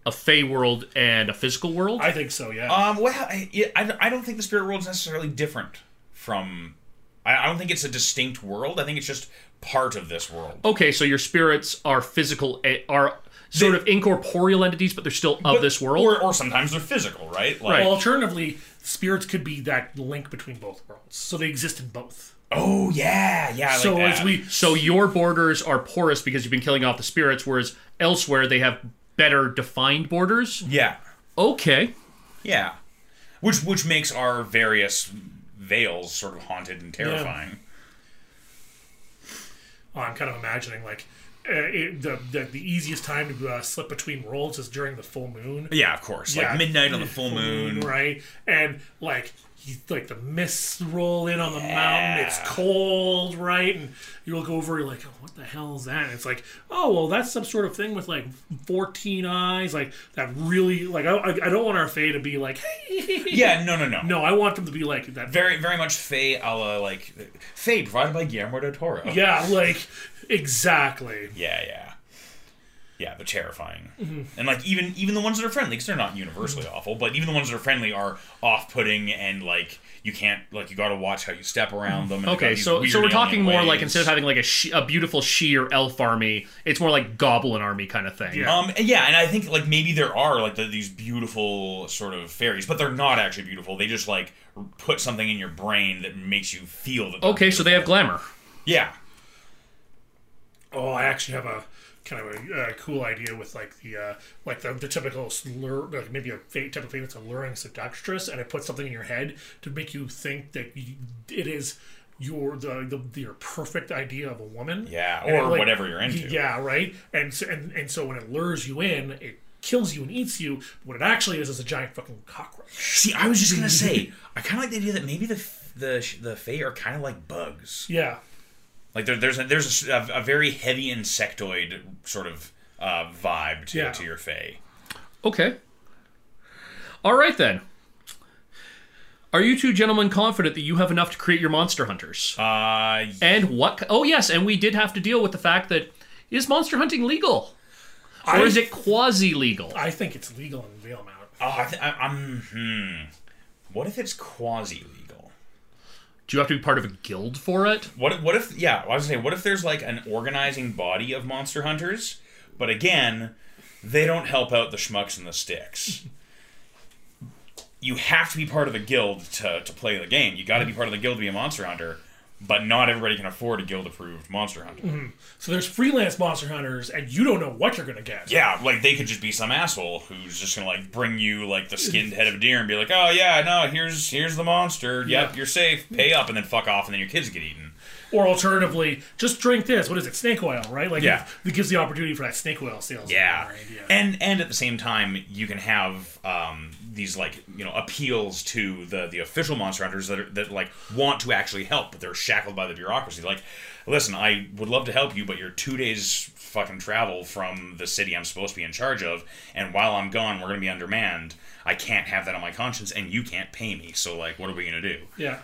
B: a fey world, and a physical world?
E: i think so yeah
A: Um, well, I, I I don't think the spirit world is necessarily different from. I, I don't think it's a distinct world. I think it's just part of this world.
B: okay, so your spirits are physical eh, are sort
A: They-
B: of incorporeal entities, but they're still of
A: But-
B: this world.
A: or, or sometimes they're physical, right? Like,
B: Right.
E: Well, alternatively spirits could be that link between both worlds. So they exist in both.
A: Oh yeah, yeah. I like
E: so
A: that.
E: as we
B: So your borders are porous because you've been killing off the spirits, whereas elsewhere they have better defined borders.
A: yeah,
B: Okay.
A: yeah, which which makes our various veils sort of haunted and terrifying.
E: Oh, I'm kind of imagining like uh, it, the, the the easiest time to uh, slip between worlds is during the full moon,
A: Yeah, of course.
E: Yeah.
A: Like midnight on the full moon.
E: right? And like you, like the mists roll in on the mountain, it's cold, right? And you look over, you're like, oh, what the hell is that? And it's like, oh well, that's some sort of thing with like 14 eyes, like that really like I I I don't want our Fae to be like,
A: Yeah, no, no, no.
E: no, I want them to be like that.
A: Very, very much Fey a la like Fey provided by Guillermo del Toro.
E: yeah, like exactly.
A: yeah, yeah, yeah. They're terrifying, and like even even the ones that are friendly, because they're not universally awful, but even the ones that are friendly are off-putting and like you can't like you got to watch how you step around them. And they've got
B: Okay,
A: these
B: so
A: weird
B: so we're talking
A: alien
B: more
A: ways.
B: like instead of having like a, she- a beautiful sheer elf army, it's more like goblin army kind of thing.
E: Yeah.
A: Um, and yeah, and I think like maybe there are like the, these beautiful sort of fairies, but they're not actually beautiful. They just like r- put something in your brain that makes you feel that. they're
B: Okay, so they have glamour.
A: beautiful. yeah,
E: Oh, I actually have a kind of a uh, cool idea with like the uh, like the, the typical slur, like maybe a fate type of thing that's alluring seductress, and I put something in your head to make you think that you, it is your the, the your perfect idea of a woman.
A: Yeah,
E: And it,
A: or whatever you're into.
E: Yeah, right. And so, and and so when it lures you in, it kills you and eats you. What it actually is is a giant fucking cockroach.
A: See, I was just gonna say, I kind of like the idea that maybe the f- the sh- the Fae are kind of like bugs.
E: Yeah.
A: Like there, there's a, there's a, s- a- a very heavy insectoid sort of uh, vibe to
E: Yeah.
A: to your Fae.
B: Okay. All right then. Are you two gentlemen confident that you have enough to create your monster hunters?
A: Uh,
B: and what? Oh yes, and we did have to deal with the fact that is monster hunting legal, or
E: I-
B: is it quasi legal?
E: I think it's legal in Vale Mount.
A: oh, I th- I, I'm. Hmm. What if it's quasi legal?
B: Do you have to be part of a guild for it?
A: What if, what if yeah, I was gonna say what if there's like an organizing body of monster hunters, but again, they don't help out the schmucks and the sticks. you have to be part of a guild to, to play the game. You gotta be part of the guild to be a monster hunter, but not everybody can afford a guild approved monster hunter.
E: So there's freelance monster hunters, and you don't know what you're gonna get.
A: Yeah, like they could just be some asshole who's just gonna like bring you like the skinned head of a deer and be like, Oh yeah, no, here's here's the monster. Yep, you're safe, pay up and then fuck off and then your kids get eaten.
E: Or alternatively, just drink this. What is it? Snake oil, right? Like,
A: Yeah.
E: it gives the opportunity for that snake oil sales.
A: Yeah,
E: right,
A: and and at the same time, you can have um, these like you know appeals to the the official monster hunters that are, that like want to actually help, but they're shackled by the bureaucracy. Like, listen, I would love to help you, but you're two days fucking travel from the city I'm supposed to be in charge of, and while I'm gone, we're gonna be undermanned. I can't have that on my conscience, and you can't pay me. So like, what are we gonna do?
E: Yeah.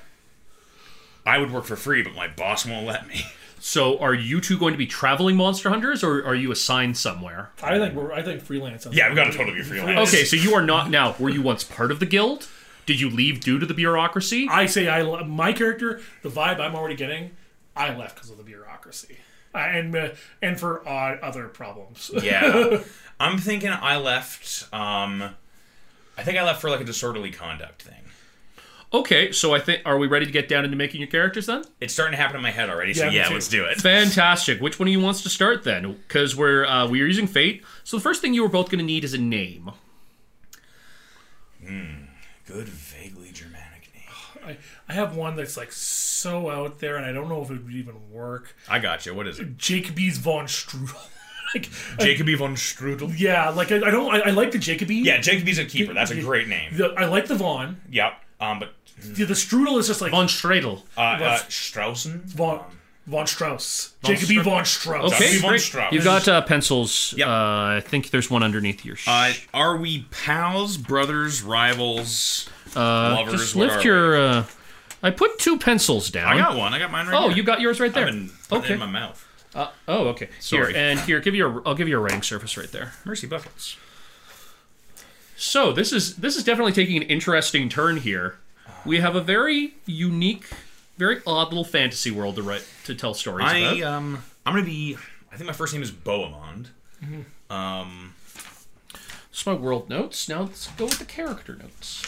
A: I would work for free, but my boss won't let me.
B: So, are you two going to be traveling monster hunters, or are you assigned somewhere?
E: I think we're. I think freelance.
A: yeah, we gotta totally be freelance.
B: Okay, so you are not now. Were you once part of the guild? Did you leave due to the bureaucracy?
E: I say I le- my character, the vibe I'm already getting, I left because of the bureaucracy, I, and uh, and for odd other problems.
A: Yeah. I'm thinking I left um I think I left for like a disorderly conduct thing.
B: Okay, so I think are we ready to get down into making your characters then?
A: It's starting to happen in my head already, so
E: Yeah, me
A: yeah,
E: too.
A: let's do it.
B: Fantastic. Which one of you wants to start then? Because we're uh, we are using fate. So the first thing you are both going to need is a name.
A: Good vaguely Germanic name.
E: I, I have one that's like so out there, and I don't know if it would even work.
A: I got you. What is it?
E: Jacobies von Strudel. like,
A: Jacoby von Strudel.
E: yeah, like I, I don't. I, I like the Jacoby.
A: Yeah, Jacoby's a keeper. That's a great name.
E: The, I like the Vaughn.
A: Yep. Um but
E: The, the Strudel is just like
B: Von Stradel.
A: uh, uh Strausen?
E: Von Von Strauss. Jacoby von Strauss.
B: Okay,
A: Jacoby von
B: great.
A: Strauss.
B: You've got uh, pencils.
A: Yep.
B: Uh, I think there's one underneath your. Sh-
A: Uh, are we pals, brothers, rivals, lovers?
B: Uh, Just
A: What
B: lift
A: are
B: your. Uh, I put two pencils down.
A: we? I got one. I got mine right
B: Oh,
A: here.
B: you got yours right there.
A: I've been putting it
B: okay.
A: in my mouth.
B: oh, okay.
A: Sorry.
B: Here and here. Give you. A, I'll give you a writing surface right there.
A: Mercy buckets.
B: So this is this is definitely taking an interesting turn here. We have a very unique, very odd little fantasy world to write to tell stories
A: I
B: about.
A: um I'm gonna be I think my first name is Boemond.
B: It's my world notes. Now let's go with the character notes.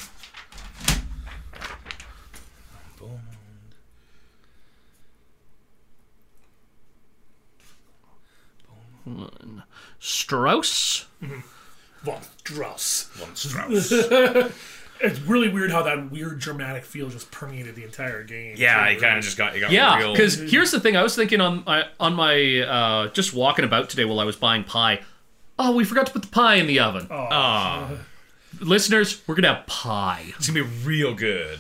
B: Strauss.
E: Von Strauss.
A: Von Strauss.
E: It's really weird how that weird dramatic feel just permeated the entire game.
A: yeah,
E: too,
A: it kind
E: really.
A: of just got it got
B: Yeah,
A: real.
B: because here's the thing. I was thinking on my on my uh, just walking about today while I was buying pie. Oh, we forgot to put the pie in the oven.
A: Ah,
B: Listeners, we're gonna have pie.
A: it's gonna be real good.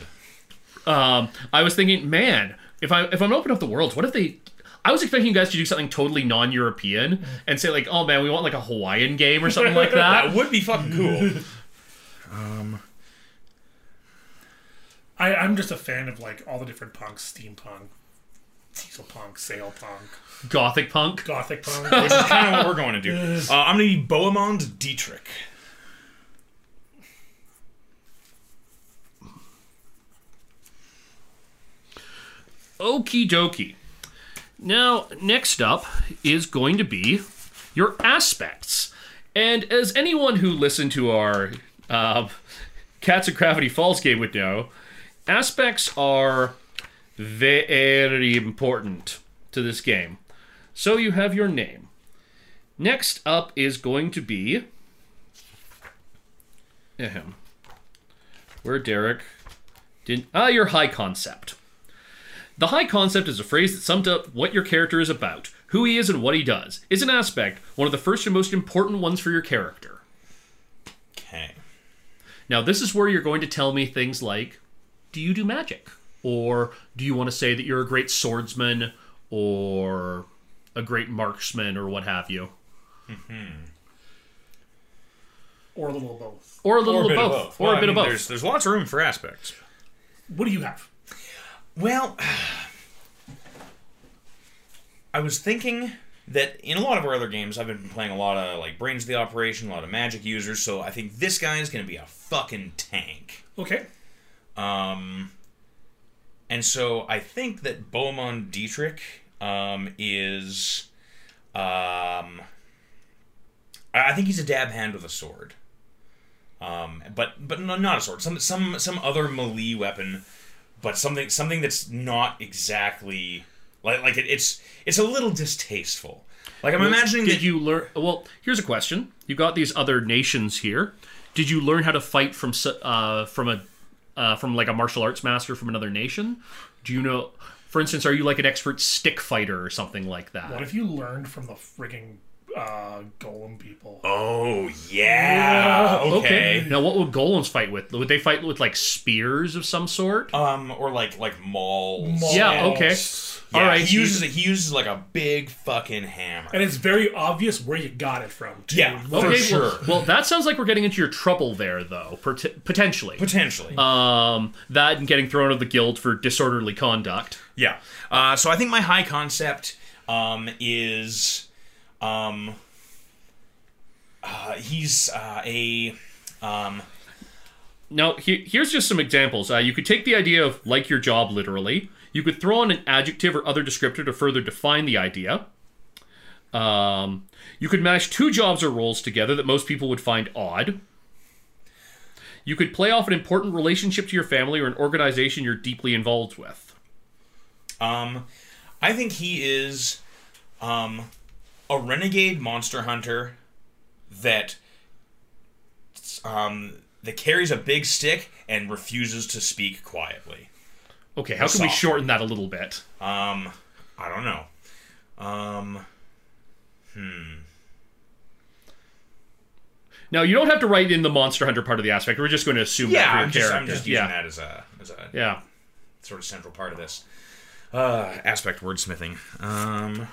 B: Um, I was thinking, man, if I if I'm open up the world, what if they? I was expecting you guys to do something totally non-European and say like, oh man, we want like a Hawaiian game or something like that.
A: That would be fucking cool.
E: I, I'm just a fan of like all the different punks: steampunk, diesel punk, sail punk,
B: Gothic punk.
E: gothic punk.
A: Which is kind of what we're going to do. Uh, I'm gonna be Bohemond Dietrich.
B: Okie dokie. Now, next up is going to be your aspects. And as anyone who listened to our uh, Cats of Gravity Falls game would know, aspects are very important to this game. So you have your name. Next up is going to be. Ahem. Where Derek did. Ah, your high concept. The high concept is a phrase that sums up what your character is about, who he is, and what he does. Is an aspect, one of the first and most important ones for your character.
A: Okay.
B: Now, this is where you're going to tell me things like, do you do magic? Or do you want to say that you're a great swordsman or a great marksman or what have you?
E: or a little of both.
B: Or a
A: Or a
B: little of
A: bit
B: both.
A: of both.
B: Or
A: Well,
B: a
A: I
B: bit
A: mean,
B: of both.
A: There's, there's lots of room for aspects.
E: What do you have?
A: Well, I was thinking that in a lot of our other games, I've been playing a lot of like Brains of the Operation, a lot of magic users, so I think this guy is going to be a fucking tank.
E: Okay.
A: And so I think that Beaumont Dietrich um, is. Um, I I think he's a dab hand with a sword. Um, but but no, not a sword. Some some some other melee weapon, but something something that's not exactly like like it, it's it's a little distasteful. Like I'm imagining
B: Did
A: that
B: you learn? Well, here's a question. You got these other nations here. Did you learn how to fight from s- uh, from a uh, from like a martial arts master from another nation? Do you know? For instance, are you like an expert stick fighter or something like that?
E: What if you learned from the frigging uh, golem people?
A: Oh yeah. Okay.
B: Now, what would golems fight with? Would they fight with like spears of some sort?
A: Um, or like like mauls.
E: Mauls.
B: yeah. Okay.
A: All
B: All
A: right.
B: right.
A: He uses he uses like a big fucking hammer.
E: And it's very obvious where you got it from. Too.
A: Yeah,
E: Like,
A: for
B: Okay, well-
A: sure.
B: Well, that sounds like we're getting into your trouble there, though. pot- potentially.
A: Potentially.
B: um, that and getting thrown out of the guild for disorderly conduct.
A: yeah. Uh, so I think my high concept um, is um, uh, he's uh, a. Um,
B: Now, he- here's just some examples. Uh, you could take the idea of like your job literally. You could throw on an adjective or other descriptor to further define the idea. Um, you could mash two jobs or roles together that most people would find odd. You could play off an important relationship to your family or an organization you're deeply involved with.
A: um, I think he is um, a renegade monster hunter that um, that carries a big stick and refuses to speak quietly.
B: Okay, how can we
A: software.
B: shorten that a little bit?
A: Um, I don't know. Um,
B: Now, you don't have to write in the Monster Hunter part of the aspect. We're just going to assume that
A: yeah,
B: for your
A: I'm just, I'm
B: character.
A: just using
B: yeah.
A: that as a as a
B: Yeah.
A: sort of central part of this uh, aspect wordsmithing. Um,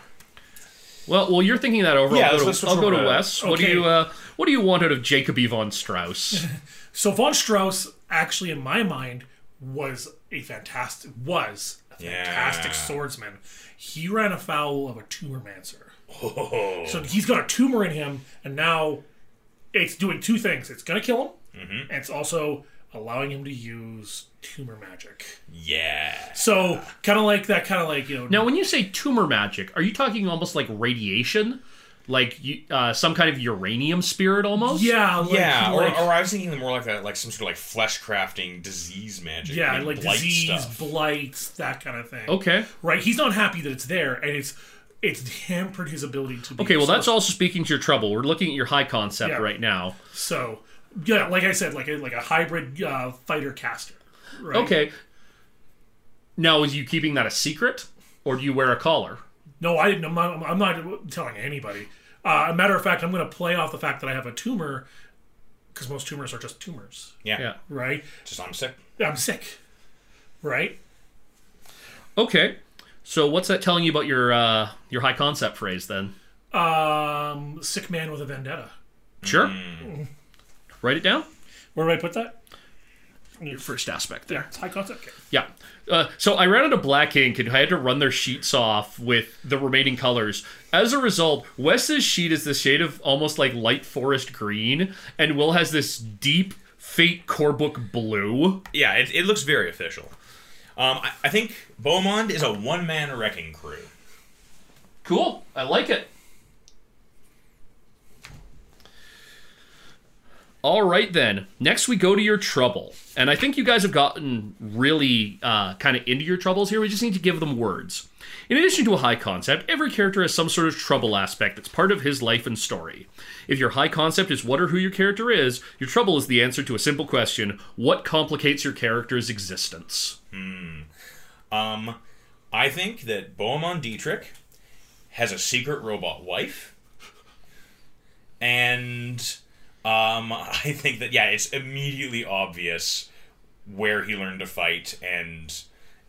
B: Well, well, you're thinking that over.
A: Yeah,
B: I'll go
A: let's-
B: to,
A: let's
B: I'll go to
A: over to-
B: Wes. What do
E: okay.
B: you uh, What do you want out of Jacob Yvon Strauss?
E: So von Strauss, actually, in my mind, was a fantastic was a fantastic
A: Yeah.
E: swordsman. He ran afoul of a tumor mancer.
A: oh,
E: So he's got a tumor in him, and now it's doing two things: it's gonna kill him,
A: Mm-hmm.
E: and it's also allowing him to use tumor magic.
A: yeah.
E: So kind of like that, kind of like you know.
B: now, when you say tumor magic, are you talking almost like radiation? like you- uh, some kind of uranium spirit almost.
E: Yeah, like,
A: yeah, or,
E: like,
A: or I was thinking more like that, like some sort of like flesh crafting disease magic.
E: yeah,
A: and
E: like
A: blight
E: disease,
A: stuff.
E: blights, that kind of thing.
B: Okay.
E: right? He's not happy that it's there, and it's it's hampered his ability to. Be
B: Okay, well, that's also speaking to your trouble. We're looking at your high concept
E: Yeah.
B: right now.
E: So yeah, like I said, like a, like a hybrid uh, fighter caster. Right?
B: Okay. Now, is you keeping that a secret, or do you wear a collar?
E: No, I didn't. I'm not, I'm not telling anybody. Uh, a matter of fact, I'm going to play off the fact that I have a tumor, because most tumors are just tumors,
A: Yeah,
B: Yeah.
E: right?
A: just I'm sick.
E: I'm sick, right?
B: Okay. So what's that telling you about your uh, your high concept phrase then?
E: Um, sick man with a vendetta.
B: Sure.
A: Hmm.
B: Write it down.
E: Where do I put that?
B: Your first aspect
E: There,
B: there.
E: it's high concept.
B: Yeah. Uh, so I ran out of black ink and I had to run their sheets off with the remaining colors. As a result, Wes's sheet is the shade of almost like light forest green, and Will has this deep, fate core book blue.
A: Yeah, it, it looks very official. Um, I, I think Beaumont is a one man wrecking crew.
B: Cool. I like it. All right, then. Next, we go to your trouble. And I think you guys have gotten really uh, kind of into your troubles here. We just need to give them words. In addition to a high concept, every character has some sort of trouble aspect that's part of his life and story. If your high concept is what or who your character is, your trouble is the answer to a simple question what complicates your character's existence?
A: Um, I think that Beaumont Dietrich has a secret robot wife, and um, I think that yeah, it's immediately obvious where he learned to fight and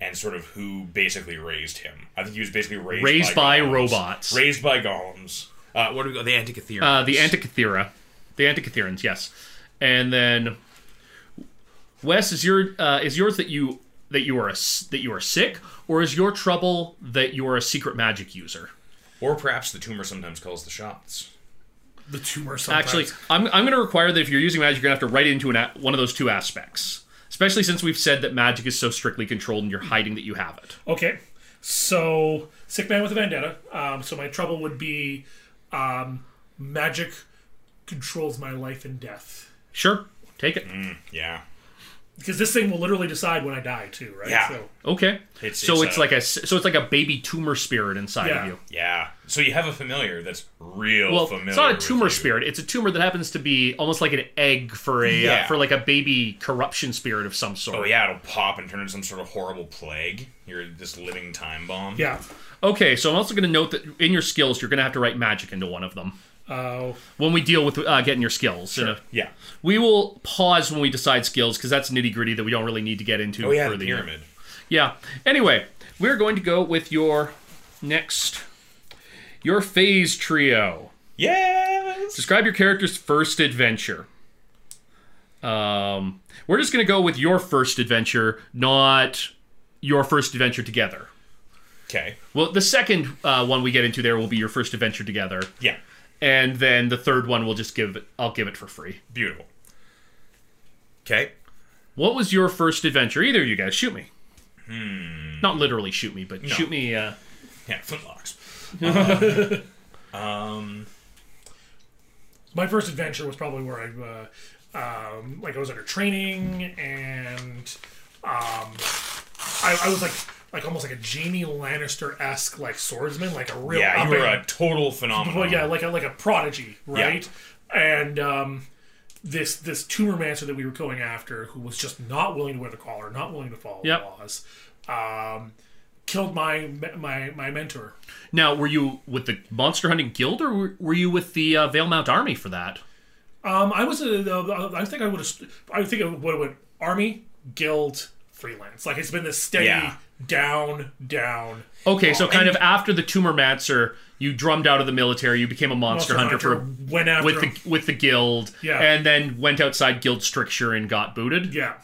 A: and sort of who basically raised him. I think he was basically raised
B: Raised by
A: golems.
B: robots.
A: raised by golems. Uh, what do we go? The Antikythera.
B: Uh, the Antikythera. The Antikytherans, yes. And then Wes is your uh, is yours that you that you are a, s- that you are sick or is your trouble that you are a secret magic user?
A: or perhaps the tumor sometimes calls the shots.
E: The tumor. Sometimes.
B: Actually, I'm I'm going to require that if you're using magic you're going to have to write into an a- one of those two aspects. Especially since we've said that magic is so strictly controlled and you're hiding that you have it.
E: Okay, so sick man with a vendetta. Um, so my trouble would be, um, magic controls my life and death
B: Sure. Take it.
A: Mm. Yeah,
E: because this thing will literally decide when I die too, right?
A: Yeah.
E: So,
B: Okay.
A: It's-
B: so
A: it's
B: it's
A: a-
B: like a s- so it's like a baby tumor spirit inside
E: Yeah.
B: of you.
A: yeah. So you have a familiar that's real
B: well,
A: familiar.
B: it's not a
A: with
B: tumor
A: you.
B: spirit. It's a tumor that happens to be almost like an egg for a uh,
A: Yeah.
B: for like a baby corruption spirit of some sort.
A: Oh yeah, it'll pop and turn into some sort of horrible plague. You're this living time bomb.
E: yeah.
B: Okay, so I'm also going to note that in your skills, you're going to have to write magic into one of them
E: Oh,
B: when we deal with uh, getting your skills. you know.
A: Yeah.
B: we will pause when we decide skills because that's nitty gritty that we don't really need to get into.
A: Oh yeah,
B: for
A: the pyramid.
B: Yeah. Anyway, we're going to go with your next your phase trio.
A: Yes.
B: Describe your character's first adventure. Um, we're just gonna go with your first adventure, not your first adventure together.
A: Okay.
B: Well, the second uh, one we get into there will be your first adventure together,
A: Yeah.
B: and then the third one we'll just give. I'll give it for free.
A: Beautiful. Okay.
B: What was your first adventure? Either of you guys, shoot me. Hmm. Not literally shoot me, but shoot me. Uh,
A: Yeah, flintlocks.
E: my first adventure was probably where I, uh, um, like I was under training and, um, I, I was like like almost like a Jamie Lannister esque like swordsman, like a real
A: Yeah, you
E: up
A: were
E: and-
A: a total phenomenon.
E: Well, yeah, like a like a prodigy, right? And um, this this tumor mancer that we were going after, who was just not willing to wear the collar, not willing to follow
B: Yep.
E: the laws, um, killed my my my mentor.
B: now, were you with the Monster Hunting Guild, or were- were you with the uh, Vale Mount Army for that?
E: Um, I was a, uh, I think I would have. I think I would have went army guild freelance. Like it's been this steady
A: Yeah.
E: down down.
B: Okay, so kind of after the Tumor Matzer, you drummed out of the military, you became a monster, hunter, for
E: went after
B: with
E: him.
B: the with the guild,
E: Yeah.
B: and then went outside guild stricture and got booted.
E: yeah.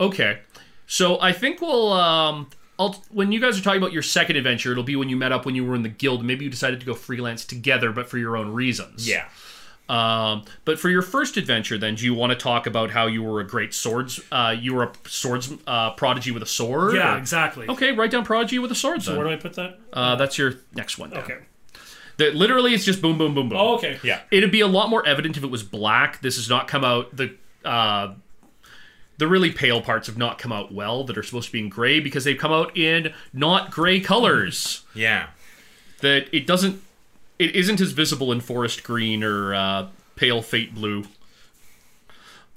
B: Okay, so I think we'll um, I'll when you guys are talking about your second adventure, it'll be when you met up when you were in the guild. Maybe you decided to go freelance together, but for your own reasons.
A: Yeah.
B: Um, but for your first adventure, then, do you want to talk about how you were a great swords? Uh, you were a swords uh, prodigy with a sword.
E: Yeah,
B: or-
E: exactly.
B: Okay, write down prodigy with a sword.
E: Where
B: then.
E: do I put that?
B: Uh, that's your next one. down.
E: Okay.
B: That literally it's just boom, boom, boom, boom.
E: Oh, okay.
A: Yeah.
B: It'd be a lot more evident if it was black. This has not come out the uh, the really pale parts have not come out well that are supposed to be in gray because they've come out in not gray colors.
A: Yeah.
B: That it doesn't it isn't as visible in forest green or uh, pale fate blue.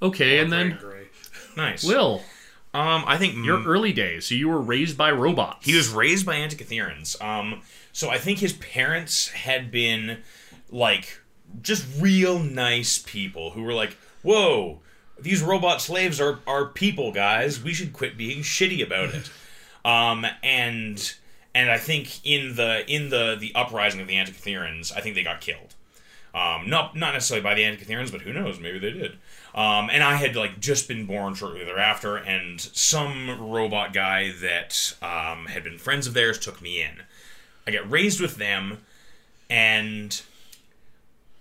B: Okay, and then
E: Great.
A: Nice.
B: Will,
A: um, I think
B: your early days, so you were raised by robots.
A: He was raised by Antikytherans. Um, so I think his parents had been like just real nice people who were like, "Whoa, these robot slaves are are people, guys. We should quit being shitty about it." um, and and I think in the in the the uprising of the Antikytherans, I think they got killed. Um, not not necessarily by the Antikytherans, but who knows? Maybe they did. Um, and I had like just been born shortly thereafter, and some robot guy that um, had been friends of theirs took me in. I got raised with them, and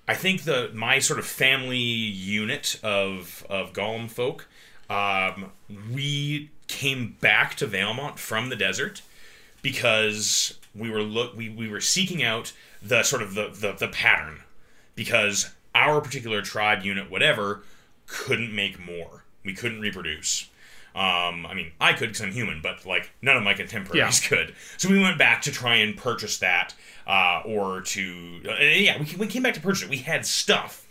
A: I think the my sort of family unit of of Gollum folk, um, we came back to Valmont from the desert because we were look we, we were seeking out the sort of the, the the pattern because our particular tribe unit whatever couldn't make more we couldn't reproduce um, I mean I could because I'm human but like none of my contemporaries
B: Yeah.
A: could so we went back to try and purchase that uh, or to uh, yeah we, we came back to purchase it we had stuff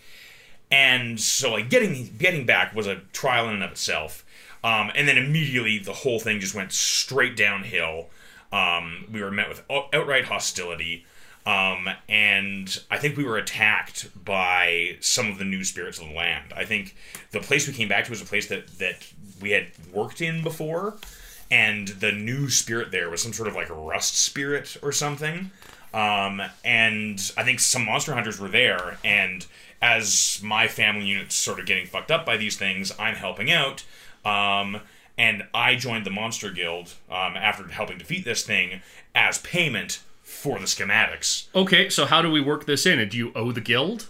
A: and so like getting getting back was a trial in and of itself um, and then immediately the whole thing just went straight downhill um, we were met with out- outright hostility um, and i think we were attacked by some of the new spirits of the land i think the place we came back to was a place that that we had worked in before and the new spirit there was some sort of like rust spirit or something um, and I think some monster hunters were there. And as my family unit's sort of getting fucked up by these things, I'm helping out. Um, and I joined the monster guild um, after helping defeat this thing as payment for the schematics.
B: Okay, so how do we work this in? And do you owe the guild?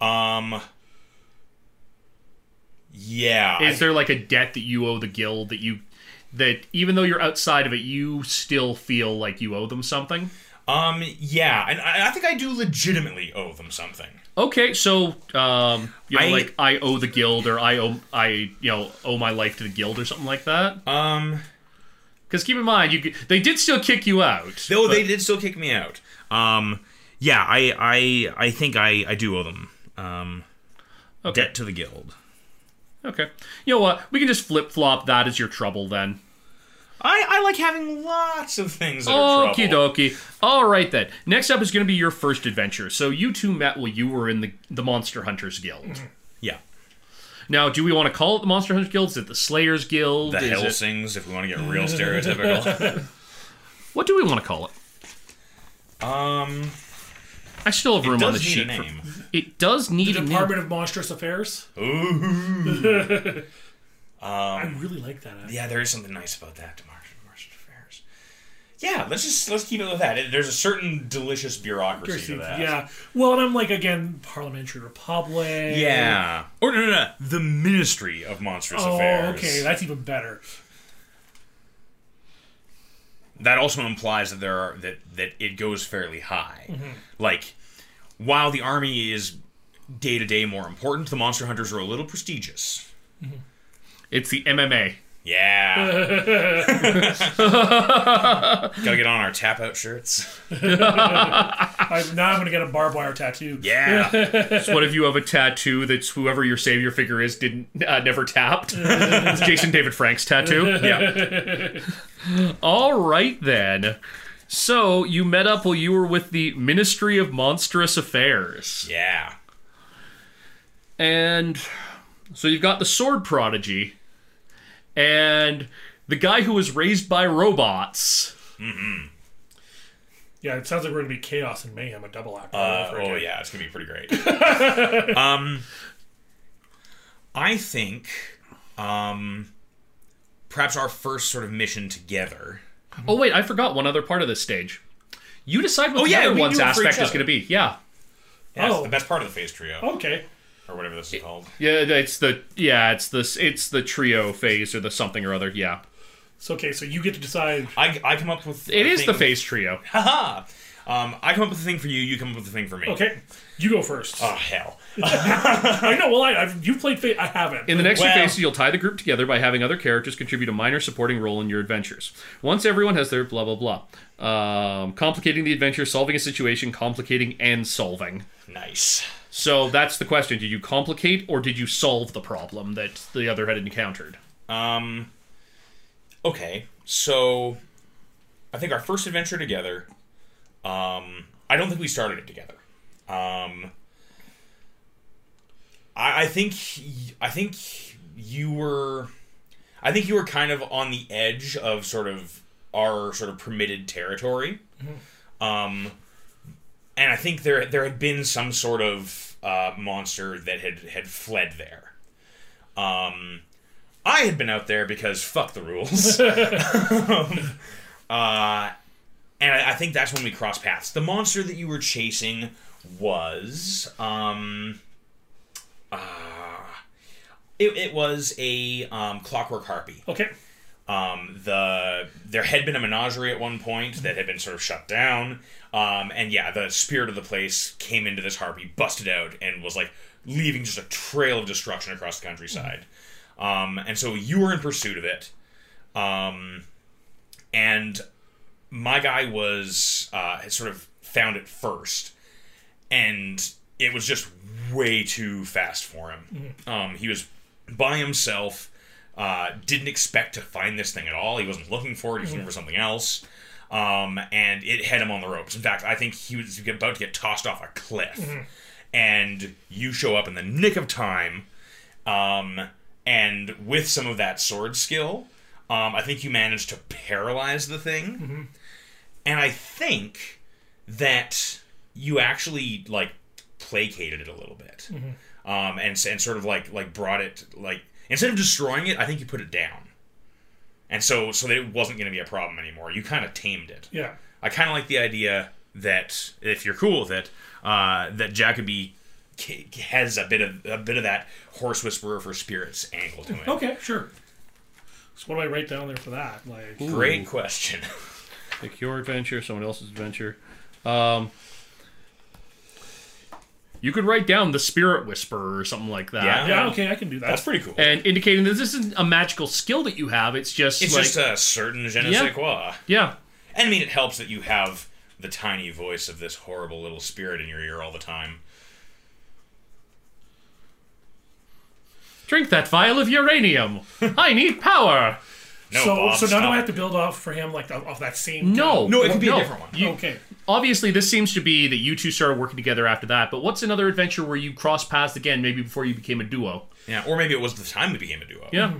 A: Um, yeah, I-
B: Is there like a debt that you owe the guild that you that even though you're outside of it, you still feel like you owe them something?
A: um, yeah, and I, I think I do legitimately owe them something.
B: Okay, so um, you know,
A: I-
B: like I owe the guild, or I owe I you know owe my life to the guild, or something like that.
A: Um,
B: Because keep in mind, you could- they did still kick you out.
A: though they did still kick me out. Um, yeah, I, I, I think I, I do owe them. Um,
B: Okay.
A: debt to the guild.
B: Okay, you know what? We can just flip flop that as your trouble then.
A: I, I like having lots of things that are
B: Okie
A: trouble.
B: dokie. All right then. Next up is going to be your first adventure. So you two met while you were in the the Monster Hunters Guild.
A: Yeah,
B: Now, do we want to call it the Monster Hunters Guild? Is it the Slayers Guild?
A: the
B: Is it-
A: Helsings, if we want to get real stereotypical.
B: What do we want to call it?
A: um,
B: I still have room on the
A: does need a
B: sheet. for-
A: name.
B: It does need a name.
E: Department of Monstrous Affairs.
A: Ooh, Um,
E: I really like that. Actually.
A: yeah, there is something nice about that. Demarsh, Demarsh Affairs. Yeah, let's just let's keep it with that. There's a certain delicious bureaucracy to that.
E: Yeah. Well, and I'm like again, Parliamentary Republic.
A: Yeah. Or no, no, no. The Ministry of Monstrous
E: Oh,
A: Affairs.
E: okay, that's even better.
A: that also implies that there are that that it goes fairly high.
B: Mm-hmm.
A: Like while the army is day to day more important, the monster hunters are a little prestigious.
B: It's the MMA.
A: Yeah. Gotta get on our tap out shirts.
E: I, now I'm gonna get a barbed wire tattoo.
A: Yeah.
B: It's what if you have a tattoo that's whoever your savior figure is didn't uh, never tapped? it's Jason David Frank's tattoo.
A: Yeah.
B: All right then. So you met up while you were with the Ministry of Monstrous Affairs,
A: Yeah.
B: and so you've got the sword prodigy, and the guy who was raised by robots.
E: Yeah, it sounds like we're gonna be chaos and mayhem, a double act. all
A: Uh,
E: over
A: oh
E: again.
A: yeah, it's gonna be pretty great. um, I think, um, perhaps our first sort of mission together.
B: Oh wait, I forgot one other part of this stage. You decide what the
A: yeah,
B: other
A: we
B: one's
A: do it for each
B: aspect is
A: other.
B: going to be. Yeah,
A: Yeah, it's
E: Oh.
A: the best part of the phase trio,
E: Okay.
A: or whatever this is called.
B: yeah, it's the yeah, it's the it's the trio phase or the something or other. Yeah,
E: So okay, so you get to decide.
A: I, I come up with
B: it is the
A: phase.
B: phase trio.
A: Haha. Um, I come up with a thing for you. You come up with a thing for me.
E: Okay, you go first.
A: Oh hell.
E: I know. Well, I, I've, you've played Fate. I haven't.
B: In the next
A: Well-
B: few phases, you'll tie the group together by having other characters contribute a minor supporting role in your adventures. Once everyone has their blah blah blah, um, complicating the adventure, solving a situation, complicating and solving.
A: Nice.
B: So that's the question: Did you complicate or did you solve the problem that the other had encountered?
A: Um, okay, so I think our first adventure together. Um, I don't think we started it together. Um, I, I think I think you were, I think you were kind of on the edge of sort of our sort of permitted territory. Um, and I think there there had been some sort of uh, monster that had had fled there. Um, I had been out there because fuck the rules. um, uh, and I, I think that's when we crossed paths. The monster that you were chasing was. Um, uh, it, it was a um, clockwork harpy.
E: Okay.
A: Um, the there had been a menagerie at one point that had been sort of shut down, um, and yeah, the spirit of the place came into this harpy, busted out, and was like leaving just a trail of destruction across the countryside. Um, and so you were in pursuit of it, um, and my guy was uh, had sort of found it first, and it was just way too fast for him. Um, he was by himself, uh, didn't expect to find this thing at all. He wasn't looking for it. He was looking for something else, um, and it hit him on the ropes. In fact, I think he was about to get tossed off a cliff, and you show up in the nick of time, um, and with some of that sword skill. Um, I think you managed to paralyze the thing, and I think that you actually like placated it a little bit, um, and and sort of like like brought it like instead of destroying it, I think you put it down, and so so that it wasn't going to be a problem anymore. You kind of tamed it.
E: Yeah.
A: I kind of like the idea that if you're cool with it, uh, that Jacoby ca- has a bit of a bit of that horse whisperer for spirits angle to it.
E: Okay. Sure. So what do I write down there for that? Like,
A: Great question.
B: Pick your adventure, someone else's adventure. Um, you could write down the spirit whisperer or something like that.
A: Yeah.
E: yeah. Okay, I can do that.
A: That's pretty cool.
B: And indicating that this isn't a magical skill that you have, it's just
A: it's
B: like
A: just a certain je ne
B: Yeah.
A: sais quoi.
B: yeah,
A: And I mean, it helps that you have the tiny voice of this horrible little spirit in your ear all the time.
B: drink that vial of uranium. I need power.
A: No,
E: so
A: Bob,
E: so now
A: stop
E: do I
A: it.
E: have to build off for him like off that same?
B: No,
A: No, it could be a different one.
B: You-
E: Okay.
B: obviously, this seems to be that you two started working together after that. But what's another adventure where you cross paths again, maybe before you became a duo?
A: Yeah, or maybe it was the time we became a duo.
B: Yeah,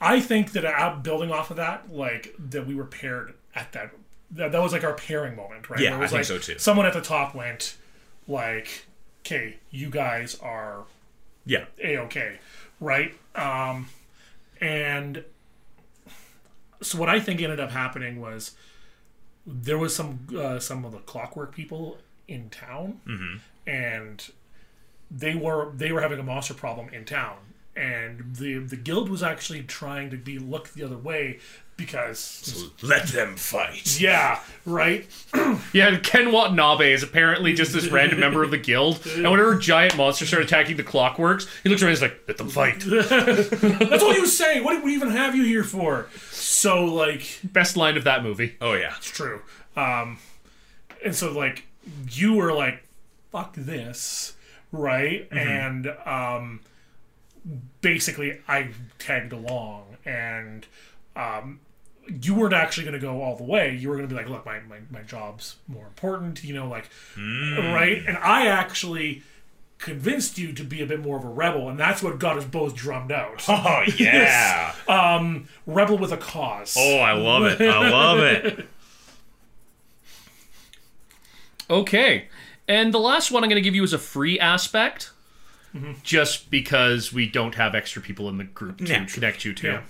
E: I think that uh, building off of that, like that we were paired at that. That, that was like our pairing moment, right?
A: Yeah,
E: Where it
A: I
E: was
A: think
E: like
A: so too.
E: Someone at the top went, like, "Okay, you guys are
A: yeah.
E: a okay, right?" Um, and so what I think ended up happening was there was some uh, some of the clockwork people in town, and they were they were having a monster problem in town, and the the guild was actually trying to be look the other way because
A: Let them fight.
E: yeah, right.
B: yeah. Ken Watanabe is apparently just this random member of the guild, and whenever giant monsters start attacking the clockworks, he looks around and is like, "Let them fight."
E: That's all you say. What did we even have you here for? So like
B: Best line of that movie.
A: Oh yeah.
E: true. Um, and so like you were like, fuck this, right?
A: Mm-hmm.
E: And um, basically I tagged along and um, you weren't actually going to go all the way. You were going to be like, look, my, my, my job's more important, you know, like,
A: Mm.
E: right? And I actually convinced you to be a bit more of a rebel, and that's what got us both drummed out.
A: Oh yeah.
E: rebel with a cause.
A: Oh, I love it. I love it.
B: Okay. And the last one I'm going to give you is a free aspect, just because we don't have extra people in the group to
A: Naturally.
B: connect you to.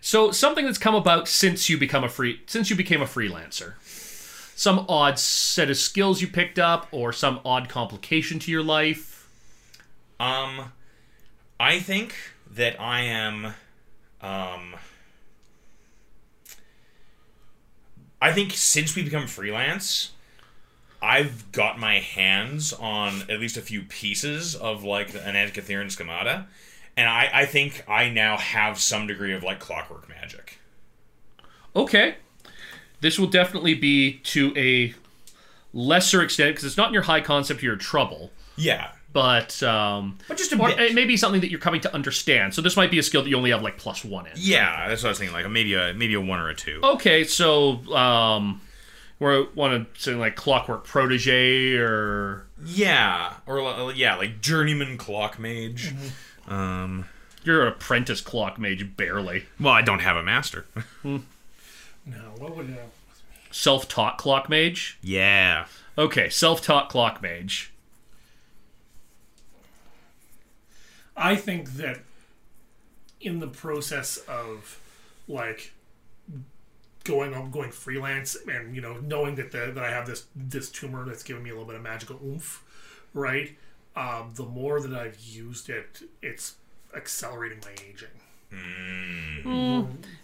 B: So something that's come about since you become a free since you became a freelancer. Some odd set of skills you picked up, or some odd complication to your life.
A: Um, I think that I am. Um, I think since we become freelance, I've got my hands on at least a few pieces of like an Antikytherian schemata, and I, I think I now have some degree of like clockwork magic.
B: Okay. This will definitely be to a lesser extent because it's not in your high concept or your trouble,
A: Yeah,
B: but um,
A: but just a
B: or
A: bit.
B: it may be something that you're coming to understand. So this might be a skill that you only have like plus one in.
A: yeah, that's what I was thinking. Like maybe a maybe a one or a two.
B: Okay, so um, we want to say like clockwork protege or
A: Yeah, or li- yeah, like journeyman clock mage. Um,
B: you're an apprentice clock mage barely
A: well, I don't have a master.
E: No, what would uh,
B: self-taught clock mage.
A: yeah,
B: Okay, self-taught clock mage.
E: I think that in the process of like going on going freelance and you know knowing that the, that I have this this tumor that's giving me a little bit of magical oomph, right? Um, the more that I've used it, it's accelerating my aging.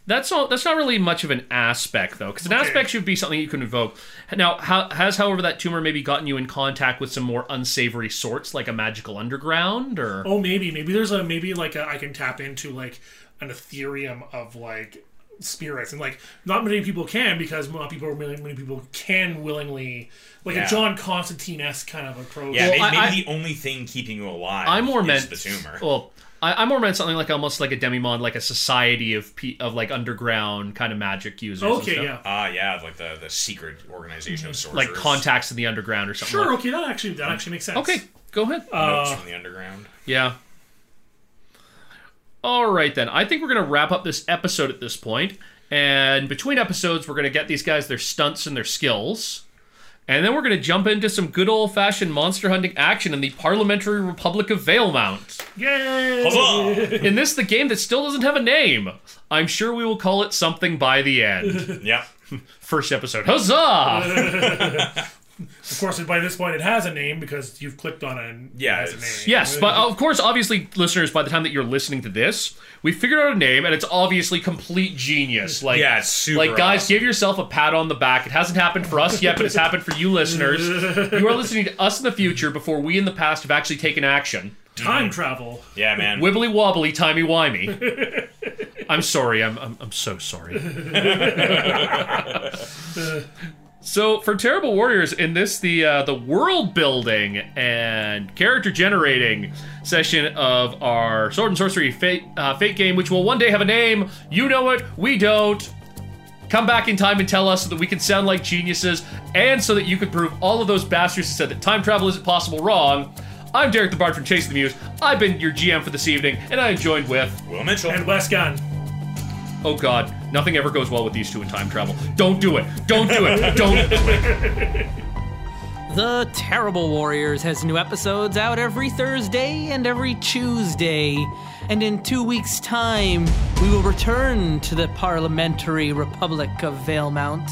B: That's not that's not really much of an aspect though, because an aspect should be something you can invoke. Now, how, has however that tumor maybe gotten you in contact with some more unsavory sorts, like a magical underground, or
E: Oh, maybe maybe there's a maybe like a, I can tap into like an Ethereum of like spirits and like not many people can because not people many, many people can willingly like
A: Yeah.
E: a John Constantine esque kind of approach.
A: yeah.
B: Well,
A: may-
B: I-
A: maybe
B: I-
A: the only thing keeping you alive.
B: I more
A: is
B: meant
A: the tumor.
B: Well, I, I more meant something like almost like a demimon, like a society of pe- of like underground kind of magic users. and
E: okay,
B: stuff.
E: yeah.
A: Ah, yeah, like the, the secret organization of sorcerers.
B: Like contacts in the underground or something.
E: Sure.
B: like-
E: Okay, that actually that actually makes sense.
B: Okay, go ahead.
A: notes from the underground.
B: Yeah. All right, then. I think we're going to wrap up this episode at this point. And between episodes, we're going to get these guys their stunts and their skills. And then we're going to jump into some good old fashioned monster hunting action in the Parliamentary Republic of Valemount.
E: Yay!
A: Huzzah!
B: In this, the game that still doesn't have a name. I'm sure we will call it something by the end.
A: yeah.
B: First episode. Huzzah!
E: Of course, by this point, it has a name because you've clicked on it. And it
A: Yeah,
E: has a name.
A: it's-
B: Yes, but of course, obviously, listeners, by the time that you're listening to this, we figured out a name, and it's obviously complete genius. Like,
A: Yeah, it's super.
B: like guys
A: awesome.
B: give yourself a pat on the back it hasn't happened for us yet but it's happened for you listeners you are listening to us in the future before we in the past have actually taken action
E: time travel.
A: Yeah, man.
B: wibbly wobbly timey wimey i'm sorry I'm, I'm i'm so sorry so for terrible warriors in this the uh, the world building and character generating session of our sword and sorcery fate uh, fate game which will one day have a name you know it we don't come back in time and tell us so that we can sound like geniuses and so that you can prove all of those bastards who said that time travel isn't possible wrong. I'm Derek the Bard from Chase the Muse. I've been your GM for this evening, and I am joined with.
A: Will Mitchell.
E: And West Gun.
B: Oh god, nothing ever goes well with these two in time travel. Don't do it! Don't do it! Don't do it!
C: The Terrible Warriors has new episodes out every Thursday and every Tuesday. And in two weeks' time, we will return to the Parliamentary Republic of Valemount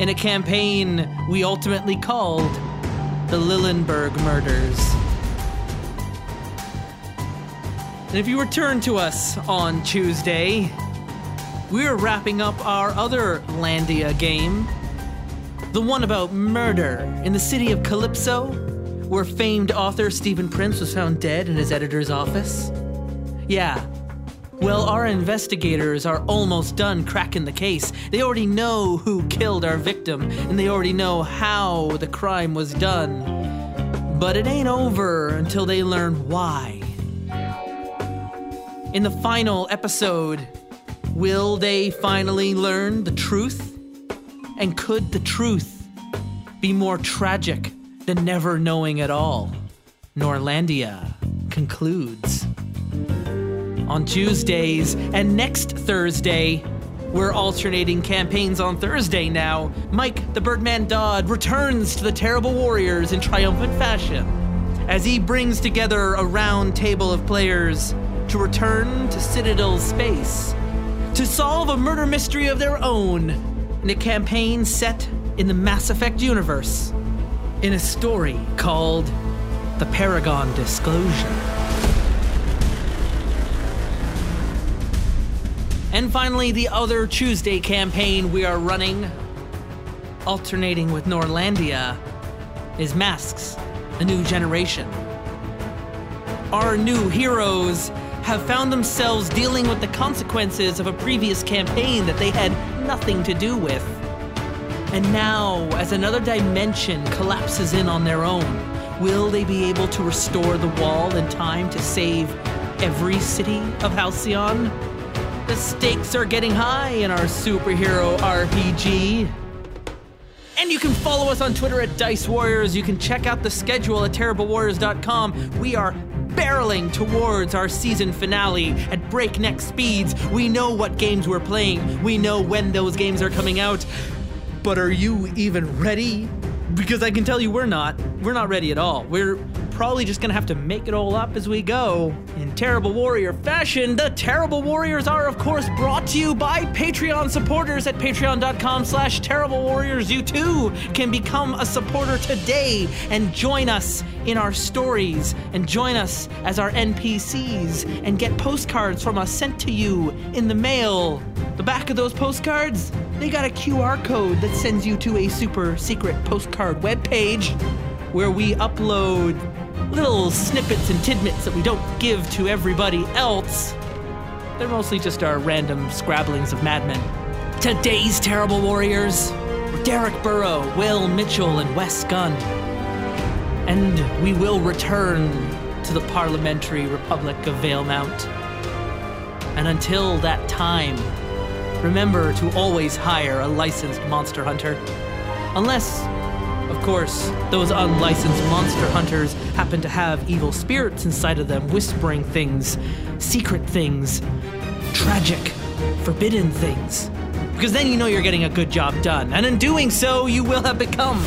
C: in a campaign we ultimately called the Lillenberg Murders. And if you return to us on Tuesday, we're wrapping up our other Landia game. The one about murder in the city of Calypso, where famed author Stephen Prince was found dead in his editor's office. Yeah. Well, our investigators are almost done cracking the case. They already know who killed our victim, and they already know how the crime was done. But it ain't over until they learn why. In the final episode, will they finally learn the truth? And could the truth be more tragic than never knowing at all? Norlandia concludes. On Tuesdays and next Thursday, we're alternating campaigns on Thursday now. Mike the Birdman Dodd returns to the Terrible Warriors in triumphant fashion as he brings together a round table of players to return to Citadel space to solve a murder mystery of their own in a campaign set in the Mass Effect universe in a story called The Paragon Disclosure. And finally, the other Tuesday campaign we are running, alternating with Norlandia, is Masks, a new generation. Our new heroes have found themselves dealing with the consequences of a previous campaign that they had nothing to do with. And now, as another dimension collapses in on their own, will they be able to restore the wall in time to save every city of Halcyon? The stakes are getting high in our superhero RPG. And you can follow us on Twitter at Dice Warriors. You can check out the schedule at terriblewarriors.com. We are barreling towards our season finale at breakneck speeds. We know what games we're playing, we know when those games are coming out. But are you even ready? Because I can tell you we're not. We're not ready at all. We're probably just gonna have to make it all up as we go. In Terrible Warrior fashion, the Terrible Warriors are of course brought to you by Patreon supporters at patreon.com slash terrible warriors. You too can become a supporter today and join us in our stories and join us as our NPCs and get postcards from us sent to you in the mail. The back of those postcards, they got a QR code that sends you to a super secret postcard webpage where we upload little snippets and tidbits that we don't give to everybody else. They're mostly just our random scrabblings of madmen. Today's Terrible Warriors were Derek Burrow, Will Mitchell, and Wes Gunn. And we will return to the Parliamentary Republic of Valemount. And until that time, remember to always hire a licensed monster hunter. Unless of course, those unlicensed monster hunters happen to have evil spirits inside of them, whispering things, secret things, tragic, forbidden things. Because then you know you're getting a good job done, and in doing so, you will have become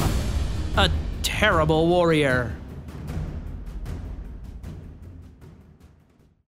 C: a terrible warrior.